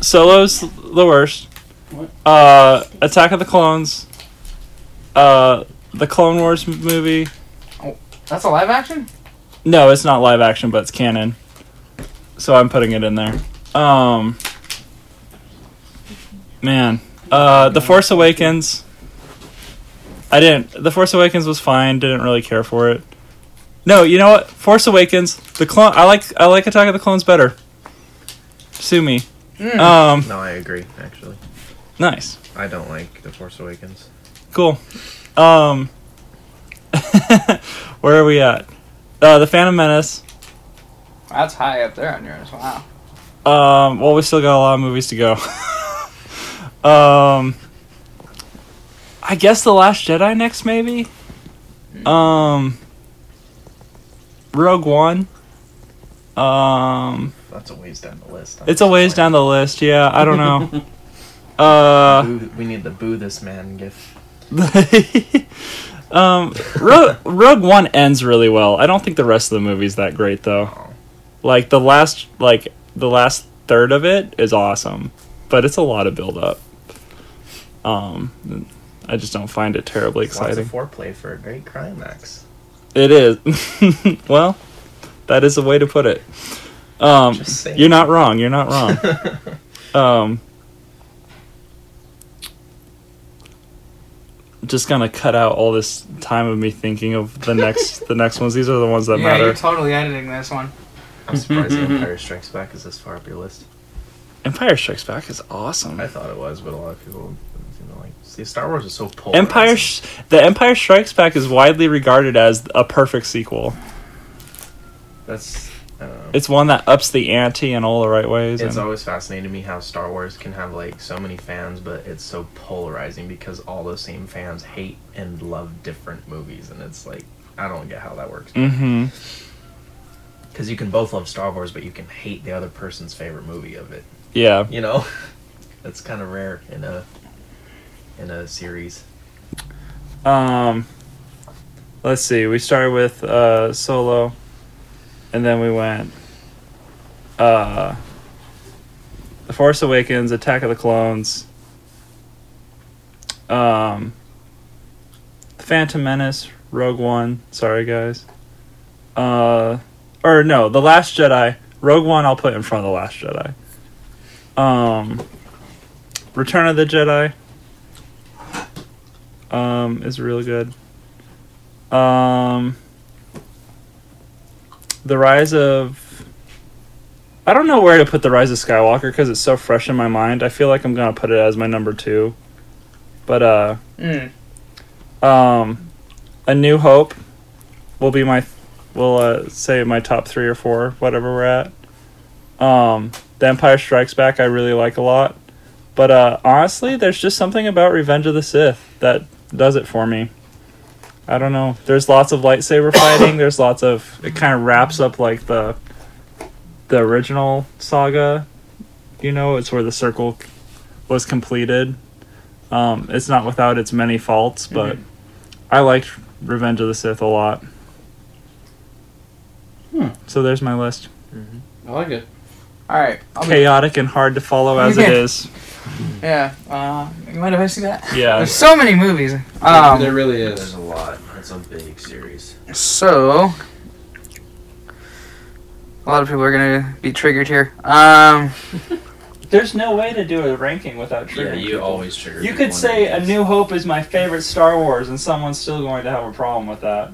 Solo's the worst.
What?
Uh, Attack of the Clones. Uh, the Clone Wars m- movie.
That's a live action?
No, it's not live action, but it's canon. So I'm putting it in there. Um, man, uh, The Force Awakens. I didn't. The Force Awakens was fine. Didn't really care for it. No, you know what? Force Awakens. The clone. I like. I like Attack of the Clones better. Sue me.
Mm.
Um,
No, I agree. Actually,
nice.
I don't like The Force Awakens.
Cool. Um, where are we at? Uh, the Phantom Menace.
That's high up there on yours. Wow.
Um, well, we still got a lot of movies to go. um, I guess The Last Jedi next, maybe. Um, Rogue One. Um,
That's a ways down the list. I'm
it's a ways down
disappointed.
the list. Yeah, I don't know. uh,
Boo- we need the boo this man gift.
um, Rogue, Rogue One ends really well. I don't think the rest of the movie's that great though. Like the last, like the last third of it is awesome, but it's a lot of build up. Um, I just don't find it terribly exciting.
Lots of foreplay for a great climax.
It is. well, that is a way to put it. Um,
Just saying.
you're not wrong. You're not wrong. um, just gonna cut out all this time of me thinking of the next the next ones. These are the ones that
yeah,
matter.
you're totally editing this one.
I'm surprised the Empire Strikes Back is this far up your list.
Empire Strikes Back is awesome.
I thought it was, but a lot of people didn't seem to like. See, Star Wars is so poor.
Empire, sh- the Empire Strikes Back is widely regarded as a perfect sequel.
That's. I don't know.
It's one that ups the ante in all the right ways.
It's
and
always fascinated me how Star Wars can have like so many fans, but it's so polarizing because all those same fans hate and love different movies, and it's like I don't get how that works.
hmm
Because you can both love Star Wars, but you can hate the other person's favorite movie of it.
Yeah.
You know, that's kind of rare in a in a series.
Um, let's see. We started with uh, Solo, and then we went uh, The Force Awakens, Attack of the Clones, um, The Phantom Menace, Rogue One. Sorry, guys. Uh, or no, The Last Jedi. Rogue One, I'll put in front of The Last Jedi. Um, Return of the Jedi um, is really good. Um, the Rise of. I don't know where to put The Rise of Skywalker because it's so fresh in my mind. I feel like I'm going to put it as my number two. But, uh,
Mm.
um, A New Hope will be my we'll uh, say my top three or four, whatever we're at. Um, the Empire Strikes Back, I really like a lot, but uh, honestly, there's just something about Revenge of the Sith that does it for me. I don't know. There's lots of lightsaber fighting. There's lots of it kind of wraps up like the the original saga. You know, it's where the circle was completed. Um, it's not without its many faults, but I liked Revenge of the Sith a lot.
Hmm.
So there's my list.
I like it.
All right. I'll be-
Chaotic and hard to follow as it
Yeah.
is.
yeah. Uh, you mind if I see that?
Yeah.
There's so many movies.
there
Um,
really
There's
is.
a lot. It's a big series.
so a lot of people are gonna be triggered here. Um,
There's no way to do a ranking without
Yeah, you always trigger.
You
people
could say
in
A
these.
New Hope is my favorite Star Wars, and someone's still going to have a problem with that.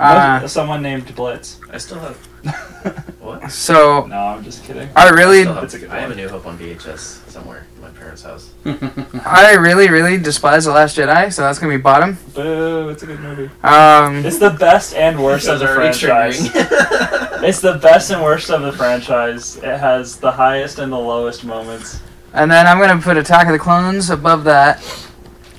uh,
Someone named Blitz.
I still have. What?
so
No, I'm just kidding.
I really,
Still have-
That's a good
I have a
one.
New Hope on VHS somewhere in my parents' house.
I really, really despise the Last Jedi. So that's gonna be bottom.
Boo! It's a good movie.
Um,
It's the best and worst of
Those
the
are already
franchise.
triggering.
It's the best and worst of the franchise. It has the highest and the lowest moments.
and then I'm gonna put Attack of the Clones above that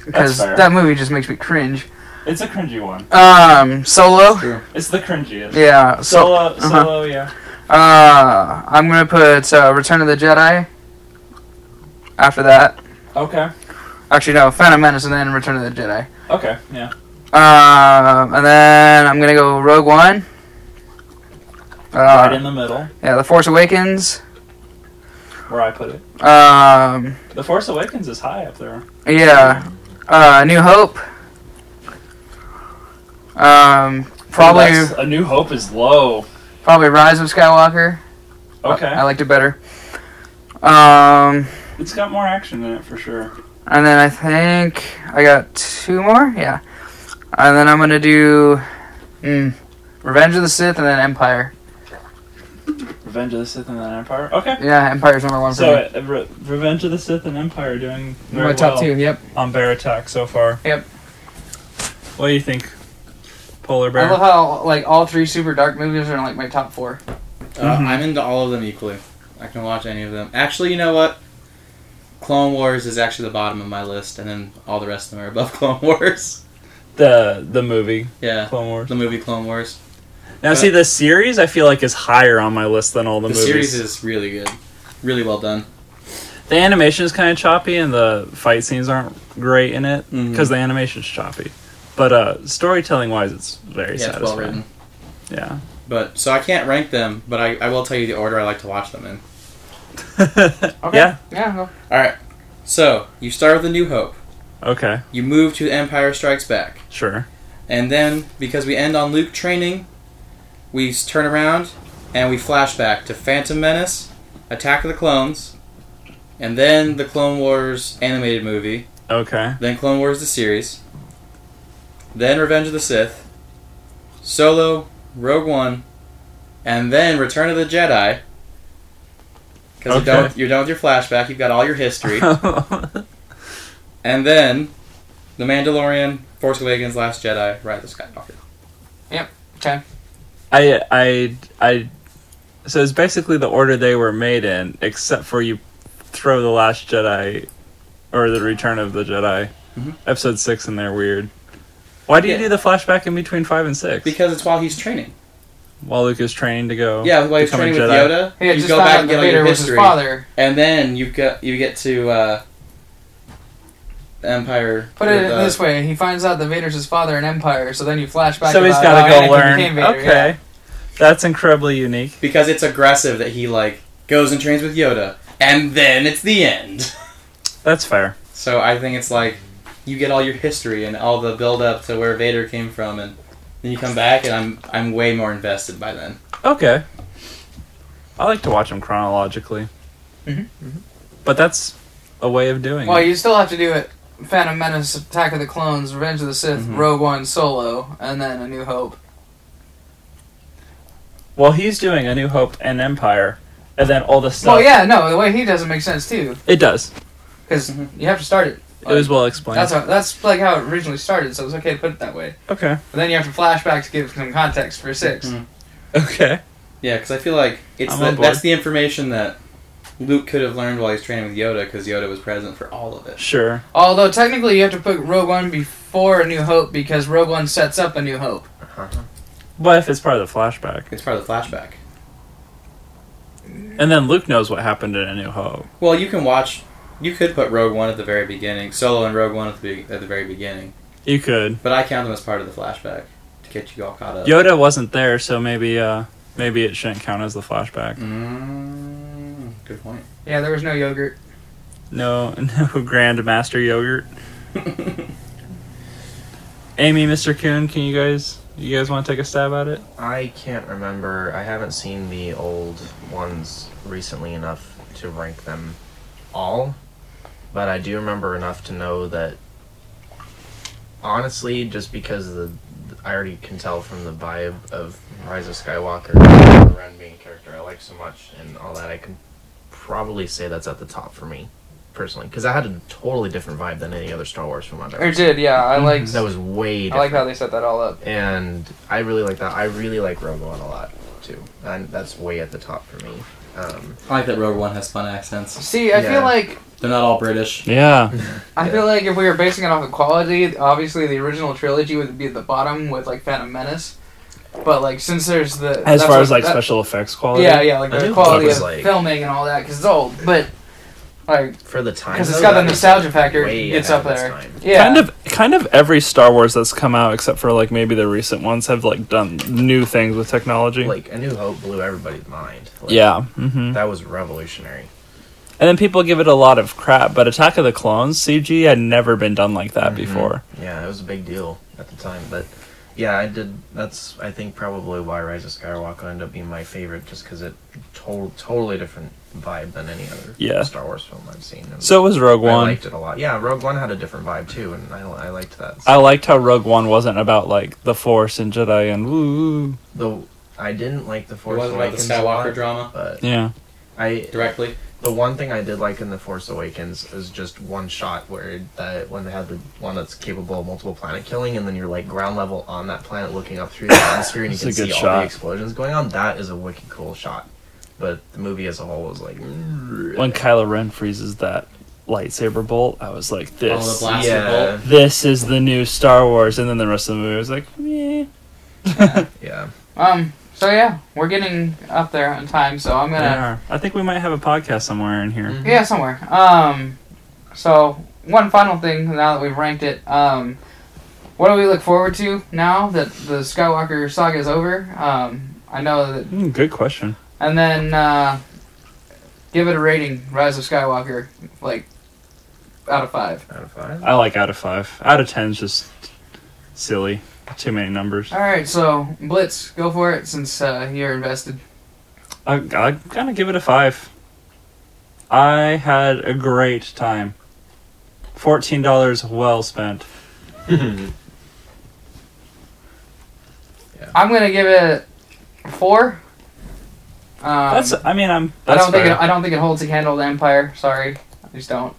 because
fair.
that movie just makes me cringe.
It's a cringy one.
Um,
Oh.
Solo.
Uh,
It's the cringiest.
Yeah. So
Solo,
uh-huh.
solo, uh, yeah.
uh, I'm gonna put uh, Return of the Jedi. After that,
Okay,
actually no, Phantom Menace and then Return of the Jedi.
okay, yeah.
Um, and then I'm gonna go Rogue One.
Right
Uh,
in the middle,
yeah, The Force Awakens.
where I put it.
Um,
The Force Awakens is high up there.
yeah, uh, New Hope. Um, probably
That's- A New Hope is low.
probably Rise of Skywalker.
Okay,
I liked it better. Um,
it's got more action in it for sure.
and then I think I got two more. Yeah, and then I'm gonna do mm, Revenge of the Sith and then Empire.
Revenge of the Sith and then Empire. Okay.
Yeah, Empire's number one for
So,
me.
uh, Re- Revenge of the Sith and Empire doing very
My top
well
two. Yep.
on Bear Attack so far.
Yep.
What do you think, Polar
I love
Bear?
how like all three super dark movies are in like my top four.
Mm-hmm.
Uh, I'm into all of them equally. I can watch any of them. Actually, you know what? Clone Wars is actually the bottom of my list, and then all the rest of them are above Clone Wars.
The the movie
Yeah,
Clone Wars.
the movie Clone Wars.
Now, see, the series I feel like is higher on my list than all the,
The,
movies.
series is really good, really well done.
the animation is kind of choppy, and the fight scenes aren't great in it
Mhm.
because the animation's choppy. But uh, storytelling wise, it's very
Yeah, it's well
satisfying.
written.
Yeah.
But so I can't rank them, but I, I will tell you the order I like to watch them in.
Yeah.
Yeah. well,
All right. So you start with the New Hope.
Okay.
You move to Empire Strikes Back,
Sure.
and then because we end on Luke training, we s- turn around and we flash back to Phantom Menace, Attack of the Clones, and then the Clone Wars animated movie,
Okay.
then Clone Wars the series, then Revenge of the Sith, Solo, Rogue One, and then Return of the Jedi. Because
Okay.
you're, done with- you're done with your flashback, you've got all your history.
okay.
And then The Mandalorian, Force Awakens, Last Jedi, Rise of Skywalker.
I I I. So it's basically the order they were made in, except for you throw the Last Jedi, or the Return of the Jedi,
Mhm.
episode six in there. Weird. Why do you
Yeah.
do the flashback in between five and six?
Because it's while he's training.
while Luke is training to go.
Yeah, while he's
become a
training with
Jedi.
Yoda,
He had
you
just
go
found
back
out
and
that
get all your
Vader was his
history,
father.
and then you get you get to uh, Empire. uh,
Put it
or the-
this way: he finds out that Vader's his father in Empire, so then you flash back.
so he's
about
got
how
to go
Anakin
learn.
became Vader,
okay, that's incredibly unique.
because it's aggressive that he like goes and trains with Yoda, and then it's the end.
That's fair.
So I think it's like you get all your history and all the build up to where Vader came from, and then you come back, and I'm I'm way more invested by then.
Okay, I like to watch them chronologically, Mm-hmm.
Mhm.
but that's a way of doing
yeah. Well,
it.
you still have to do it: Phantom Menace, Attack of the Clones, Revenge of the Sith,
Mm-hmm.
Mhm.
Rogue One, Solo, and then A New Hope.
Well, he's doing A New Hope and Empire, and then all the stuff.
well, yeah, no, the way he does it makes sense too,
it does.
because
Mhm.
you have to start Mm-hmm. it.
It was well explained.
That's how, that's like how it originally started, so it's okay to put it that way.
okay.
But then you have to flashback to give some context for 6
Mhm.
Okay.
Yeah, because I feel like it's
I'm
the,
on board.
that's the information that Luke could have learned while he's training with Yoda, because Yoda was present for all of it.
Sure.
Although technically you have to put Rogue One before A New Hope because Rogue One sets up A New Hope.
Uh-huh.
What if it's part of the flashback?
It's part of the flashback.
And then Luke knows what happened in A New Hope.
Well, you can watch. You could put Rogue One at the very beginning, Solo and Rogue One at the be- at the very beginning,
You could.
but I count them as part of the flashback to get you all caught up.
Yoda wasn't there, so maybe uh maybe it shouldn't count as the flashback.
Mm, good point.
Yeah, there was no yogurt.
No, no Grandmaster yogurt. Amy, Mr. Coon, can you guys you guys want to take a stab at it?
I can't remember. I haven't seen the old ones recently enough to rank them all, but I do remember enough to know that honestly, just because of the I already can tell from the vibe of Rise of Skywalker, the Ren being a character I like so much, and all that, I can probably say that's at the top for me personally because I had a totally different vibe than any other Star Wars film I've
Or
ever. seen.
did, yeah. I liked,
That was way. Different
I like how they set that all up.
and I really like that. I really like Rogue One a lot too, and that's way at the top for me. Um,
I like that Rogue One has fun accents.
See, I
Yeah.
feel like
They're not all British.
Yeah.
I
Yeah.
feel like if we were basing it off of quality, obviously the original trilogy would be at the bottom with like Phantom Menace. But like since there's the
As
that's
far
what-
as like
that-
special effects quality.
yeah, yeah, like
I
the
do
quality
love
of
like-
filming and all that because it's old, but like
for the time,
because it's
though,
got the
that was
nostalgia factor,
way
it's
ahead
up
of its
there.
time.
Yeah,
Kind of, kind of every Star Wars that's come out, except for like maybe the recent ones, have like done new things with technology.
Like A New Hope blew everybody's mind. Like,
yeah, hmm
that was revolutionary.
and then people give it a lot of crap, but Attack of the Clones CG had never been done like that before.
Yeah, it was a big deal at the time, but. Yeah, I did. That's I think probably why Rise of Skywalker ended up being my favorite, just because it told totally different vibe than any other
Yeah.
Star Wars film I've seen. And
So was Rogue
I
One.
liked it a lot. Yeah, Rogue One had a different vibe too, and I, I liked that.
I liked how Rogue One wasn't about like the Force and Jedi and woo. woo.
the I didn't like the
It
Force
wasn't about the
Awakens a
Skywalker
lot,
drama
but
Yeah,
I
directly.
the one thing I did like in the Force Awakens is just one shot where that when they had the one that's capable of multiple planet killing, and then you're like ground level on that planet looking up through the atmosphere, and you
It's
can
a good
see all
shot.
the explosions going on. That is a wicked cool shot. But the movie as a whole was like
when Kylo Ren freezes that lightsaber bolt, I was like,
All the
this,
blaster
yeah,
bolt.
this is the new Star Wars. And then the rest of the movie was like, meh.
yeah.
Um. So yeah, we're getting up there on time, so I'm
They
gonna
are. I think we might have a podcast somewhere in here.
yeah somewhere. Um. So one final thing now that we've ranked it. Um. What do we look forward to now that the Skywalker saga is over? Um. I know that,
Mm, good question.
and then uh, give it a rating. Rise of Skywalker, like out of five.
Out of five.
I like out of five. Out of ten is just silly. Too many numbers.
All right, so Blitz, go for it since uh, you're invested.
I, I'm gonna give it a five. I had a great time. Fourteen dollars well spent.
I'm gonna give it four. Um,
That's. I mean, I'm.
I
That's
don't think
fair.
it, I don't think it holds a candle to Empire. Sorry, I just don't.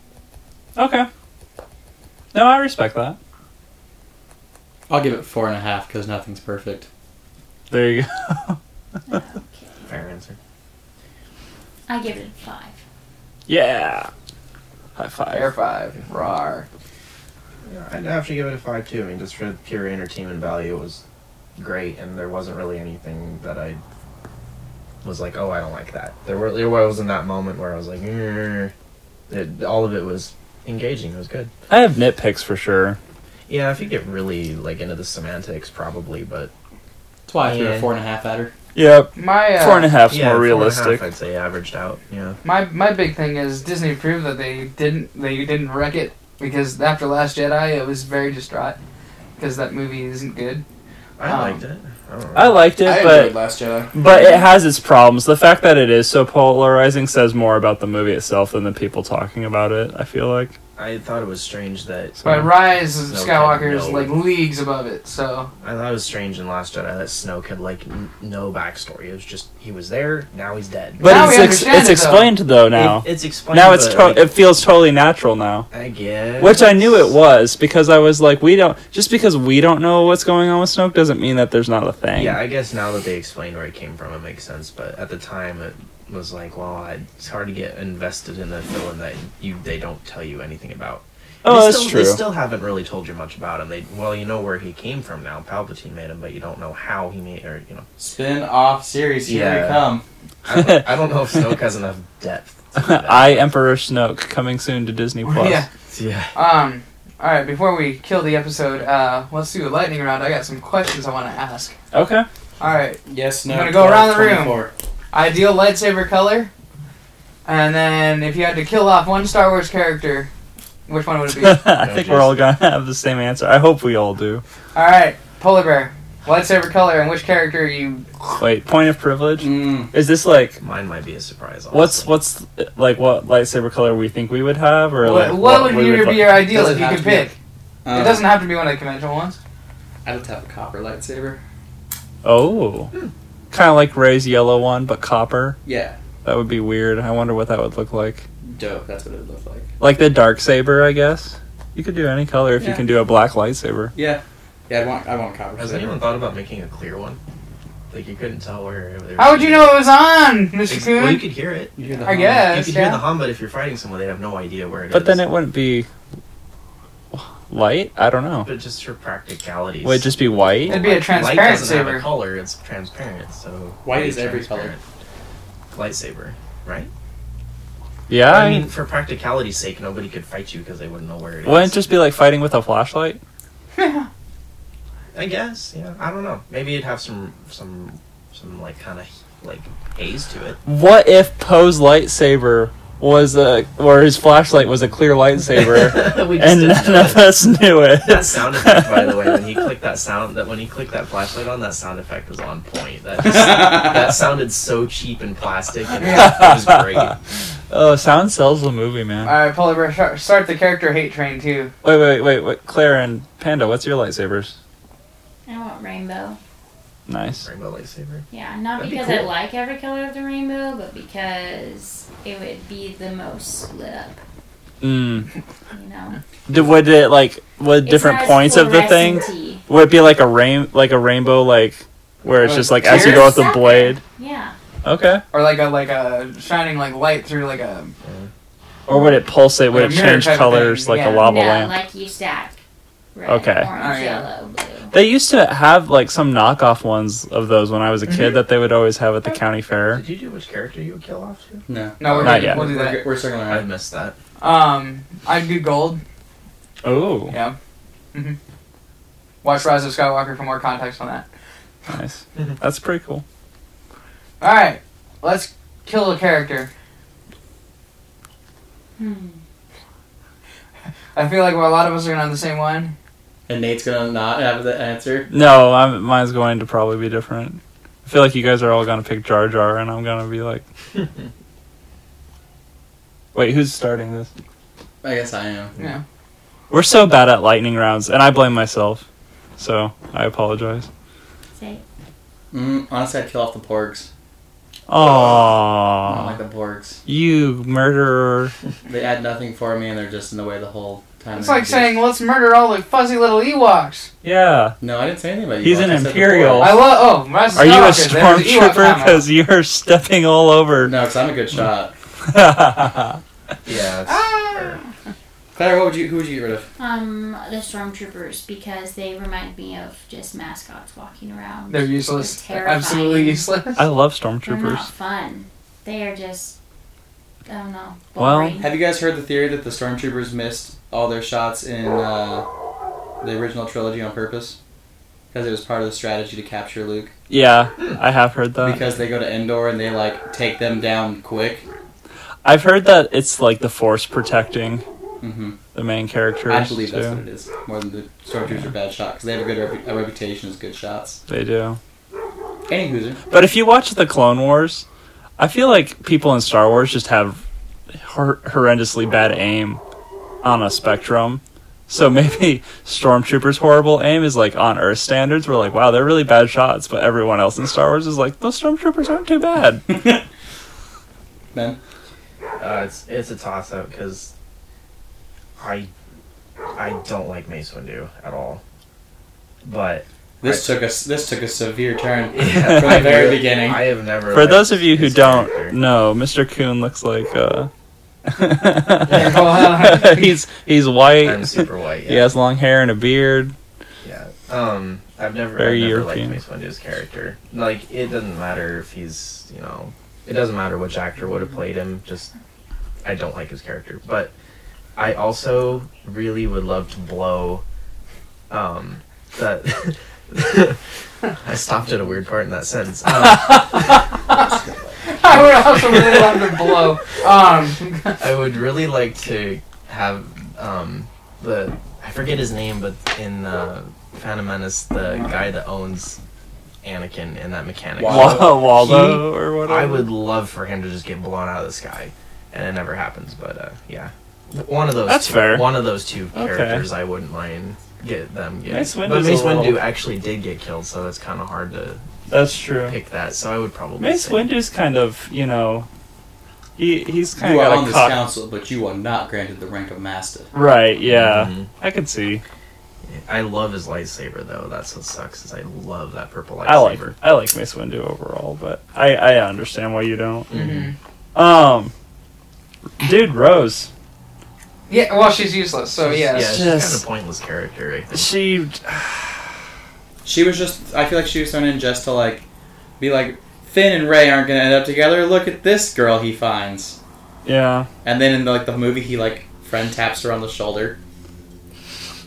okay. No, I respect that.
I'll give it four and a half because nothing's perfect.
There you go.
Fair answer.
I give it a five.
Yeah. High
Air
five.
five, rar.
Yeah, I'd have to give it a five too. I mean, just for pure entertainment value, it was great, and there wasn't really anything that I was like, "Oh, I don't like that." There were there wasn't that moment where I was like, "Mm." it, "All of it was engaging. It was good."
I have nitpicks for sure.
Yeah, if you get really like into the semantics, probably, but
That's why I threw a
Yeah.
four and a half at her.
Yep.
My uh,
Four and a half's
yeah,
more
four and a half,
realistic.
I'd say averaged out. Yeah,
my my big thing is Disney proved that they didn't they didn't wreck it because after Last Jedi it was very distraught because that movie isn't good.
I
Um,
liked it. I don't know.
I liked it,
I
but
enjoyed Last Jedi.
But it has its problems. The fact that it is so polarizing says more about the movie itself than the people talking about it, I feel like.
I thought it was strange that
But Rise of
No,
Skywalker is
no.
like leagues above it, so
I thought it was strange in Last Jedi that Snoke had like n- no backstory. It was just he was there. Now he's
Now
dead.
But
we
it's, ex-
understand
it's
it, though.
explained though now.
It- it's explained.
now it's
but,
to-
like,
it feels totally natural now.
I guess.
Which I knew it was because I was like, we don't just because we don't know what's going on with Snoke doesn't mean that there's not a thing.
Yeah, I guess now that they explained where he came from, it makes sense. But at the time, it was like, well, I, it's hard to get invested in a villain that you they don't tell you anything about. And
oh,
they
that's
still,
true.
They still haven't really told you much about him. They well, you know where he came from now. Palpatine made him, but you don't know how he made or you know.
Spin off series, here
Yeah.
we come.
I don't, I don't know if Snoke has enough depth. to do that.
I Emperor Snoke coming soon to Disney Plus.
yeah.
yeah.
Um, all right. Before we kill the episode, uh, let's do a lightning round. I got some questions I want to ask.
Okay.
All right.
Yes, no.
I'm gonna go around the
12,
room.
24.
Ideal lightsaber color, and then if you had to kill off one Star Wars character, which one would it be? all
I think we're all gonna have the same answer. I hope we all do.
right. Polar bear. Lightsaber color and which character you?
Wait, point of privilege.
Mm,
Is this like
Mine might be a surprise. Also.
what's what's like what lightsaber color we think we would have or
What,
like
what would
we
you
like-
be your ideal
Doesn't
if you
have
could
to be a-
pick?
uh,
it doesn't have to be one of the conventional ones.
I'd have to have a copper lightsaber.
Oh. Kind of like Ray's yellow one, but copper.
Yeah,
That would be weird. I wonder what that would look like.
dope. That's what it would look like.
Like the dark saber, I guess. You could do any color if
Yeah.
you can do a black lightsaber.
Yeah, yeah. I'd want. I want a copper.
Has
lightsaber.
anyone thought about making a clear one? Like you couldn't tell where. they were-
How would you know it was on, Mr.
Ex- Well, you
Coon?
could hear it.
Uh, You hear the
I
hum.
You
guess.
could hear
yeah.
the hum, but if you're fighting someone, they'd have no idea where it is.
But then it wouldn't be light. I don't know.
But just for practicalities.
Would it just be white?
It'd be a
Light
transparent
doesn't have
saber.
a color. It's transparent. So
White
be
is every color.
transparent. Lightsaber, right?
Yeah.
I mean,
I
for practicality's sake, nobody could fight you because they wouldn't know where it is.
wouldn't it just be like fighting with a flashlight?
I guess. Yeah. I don't know. Maybe it'd have some some some like kind of like haze to it.
What if Poe's lightsaber was a, or his flashlight was a clear lightsaber,
we just
and
didn't
none
know
of
it.
us knew it?
That sound effect, by the way, when he clicked that sound, that when he clicked that flashlight on, that sound effect was on point. That just, that sounded so cheap and plastic. And it was great.
Oh, sound sells the movie,
All
man.
right, polar bear. star- Start the character hate train too.
Wait, wait, wait, wait. Claire and Panda, what's your lightsabers?
I want rainbow.
Nice.
Rainbow lightsaber.
Yeah, not
That'd be
because I
cool.
like every color of the rainbow, but because it would be the most lit up.
Mm.
You know,
D- Would it like would
It's
different
not as
points of the thing?
fluorescent-y.
Would it be like a rain, like a rainbow, like where
Oh,
it's just like as you
Tears?
go with the blade?
Yeah,
Okay.
Or like a like a shining like light through like a
Or would it pulsate? Would
Like
it
a mirror
change
type of
colors
thing,
like
yeah.
a lava
no,
lamp?
like you stack. Red,
Okay.
Orange,
Oh, yeah.
yellow, blue.
They used to have like some knockoff ones of those when I was a kid that they would always have at the county fair.
Did you do which character you would kill off to?
No,
no. We're
Not
good.
yet.
We'll do
we're,
that.
good- we're circling
I
around.
missed that.
Um, I'd do gold.
Oh,
Yeah. hmm Watch Rise of Skywalker for more context on that.
nice. That's pretty cool.
All right, let's kill a character.
Hmm.
I feel like well, a lot of us are gonna have the same one.
And Nate's gonna not have the answer.
No, I'm, mine's going to probably be different. I feel like you guys are all gonna pick Jar Jar, and I'm gonna be like, wait, who's starting this?
I guess I am.
Yeah.
We're so bad at lightning rounds, and I blame myself. So I apologize.
Say,
Mm, honestly, I'd kill off the porgs. I don't like
Aww,
the porgs.
you murderer!
They add nothing for me, and they're just in the way the whole time.
It's
they
like
exist.
saying let's murder all the fuzzy little Ewoks.
Yeah,
No, I didn't say anything about
He's
Ewoks,
an
I said the
Imperial.
porgs.
I love. Oh, Rise of
are you a
Skywalker, there's the Ewok
stormtrooper?
combo.
Because you're stepping all over.
No, because I'm a good shot.
Yeah. It's,
Ah!
Claire, what would you? Who would you get rid of?
um, the stormtroopers because they remind me of just mascots walking around.
They're useless.
They're
They're absolutely
terrifying.
useless.
I love
They're not
stormtroopers.
fun. They are just, I don't know,
Well-
boring.
Have you guys heard the theory that the stormtroopers missed all their shots in uh, the original trilogy on purpose? Because it was part of the strategy to capture Luke.
Yeah, I have heard that.
Because they go to Endor and they like take them down quick.
I've heard that it's like the Force protecting
Mm-hmm.
the main characters.
I believe that's
too.
what it is. More than the stormtroopers are bad shots because they have a good repu- a reputation as good shots.
They do.
Any hooser.
But if you watch the Clone Wars, I feel like people in Star Wars just have hor- horrendously bad aim. on a spectrum. So maybe Stormtrooper's horrible aim is like on Earth standards. We're like, wow, they're really bad shots, but everyone else in Star Wars is like, those Stormtroopers aren't too bad.
Ben?
Uh, it's it's a toss up because I I don't like Mace Windu at all. But
This took us. This took a severe turn from the
I've
very
never-
beginning.
I have never.
For
liked
those of you who
his
don't
character.
know, Mr. Coon looks like uh
on.
he's he's
I'm
white.
super white.
He has long hair and a beard.
Yeah. Um, I've never,
Very
I've never
European.
liked Mace Windu's character. Like, it doesn't matter if he's, you know, it doesn't matter which actor would have played him. Just, I don't like his character. But I also really would love to blow. Um, that. I stopped at a weird part in that sentence. Um,
I would also really love to blow. Um,
I would really like to have um, the I forget his name, but in uh, Phantom Menace, the guy that owns Anakin and that mechanic.
Wow.
Waldo, Waldo or whatever.
I would love for him to just get blown out of the sky, and it never happens. But uh, yeah, one of those.
That's
two,
fair.
One of those two
Okay.
characters, I wouldn't mind get them. Get.
Mace
but
Windu's a
Mace Windu
little-
actually did get killed, so it's kind of hard to
That's true.
pick that. So I would probably
Mace
say-
Windu's kind of, you know, he he's kind
You
of
are
got
on
a
this
cock.
council, but you are not granted the rank of master.
Right, yeah.
Mhm.
I could see.
I love his lightsaber though. That's what sucks. Is I love that purple lightsaber.
I like I like Mace Windu overall, but I I understand why you don't.
mhm.
Um Dude, Rose.
Yeah, well, she's useless, so Oh, yeah.
Yeah, she's
Yes.
kind of pointless character. I think.
She
She was just. I feel like she was thrown in just to like, be like, Finn and Ray aren't gonna end up together. Look at this girl he finds.
yeah.
And then in like the movie, he like friend taps her on the shoulder.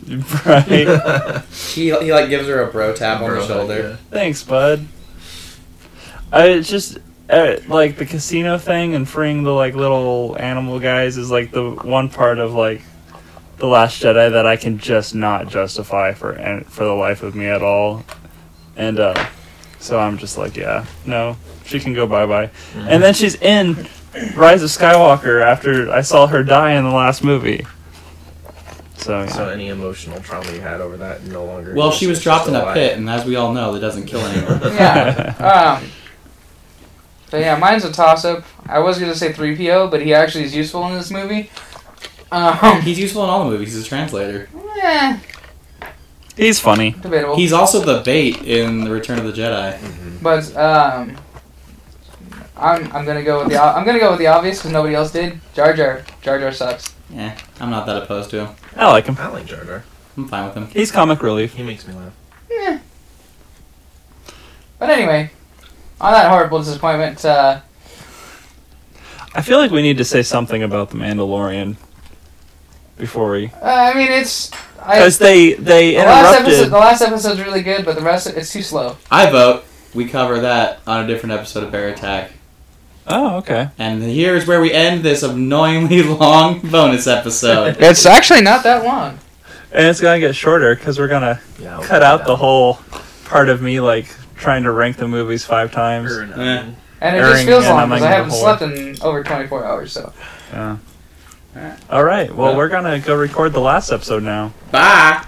Right.
He he like gives her a bro tap on the
Bro,
shoulder.
Thanks, bud. I it's just uh, like the casino thing and freeing the like little animal guys is like the one part of like the Last Jedi that I can just not justify for and for the life of me at all, and uh, so I'm just like, yeah, no, she can go bye bye. And then she's in Rise of Skywalker after I saw her die in the last movie. So, yeah.
yeah. So any emotional trauma you had over that no longer.
Well, she was
exists,
dropped in
it's
a
still
pit, and as we all know, that doesn't kill anyone.
Yeah. Um, but yeah, mine's a toss up. I was going to say 3PO, but he actually is useful in this movie. Um,
He's useful in all the movies. He's a translator.
eh,
he's funny.
debatable.
He's also the bait in the Return of the Jedi.
But um, I'm I'm gonna go with the o- I'm gonna go with the obvious because nobody else did. Jar Jar Jar Jar sucks.
Eh, I'm not that opposed to him.
I like him.
alive. I like Jar Jar.
I'm fine with him.
He's comic relief.
He makes me laugh.
Eh. But anyway, on that horrible disappointment, uh,
I feel like we need to say something about the Mandalorian before we,
uh, I mean it's I,
because they they
the last episode
interrupted.
the last episode's really good, but the rest it's too slow.
I vote we cover that on a different episode of Bear Attack.
Oh, okay.
And here's where we end this annoyingly long bonus episode.
It's actually not that long.
And it's gonna get shorter because we're gonna
Oh, Yeah. I'll
cut
do
out
that.
the whole part of me like trying to rank the movies five times.
Or not.
Eh.
And it
Airing
just feels
and
long
I'm
because
not
I
gonna
haven't
hold.
slept in over 24 hours. So
Yeah. All right. Well,
Yeah.
we're gonna go record the last episode now.
Bye!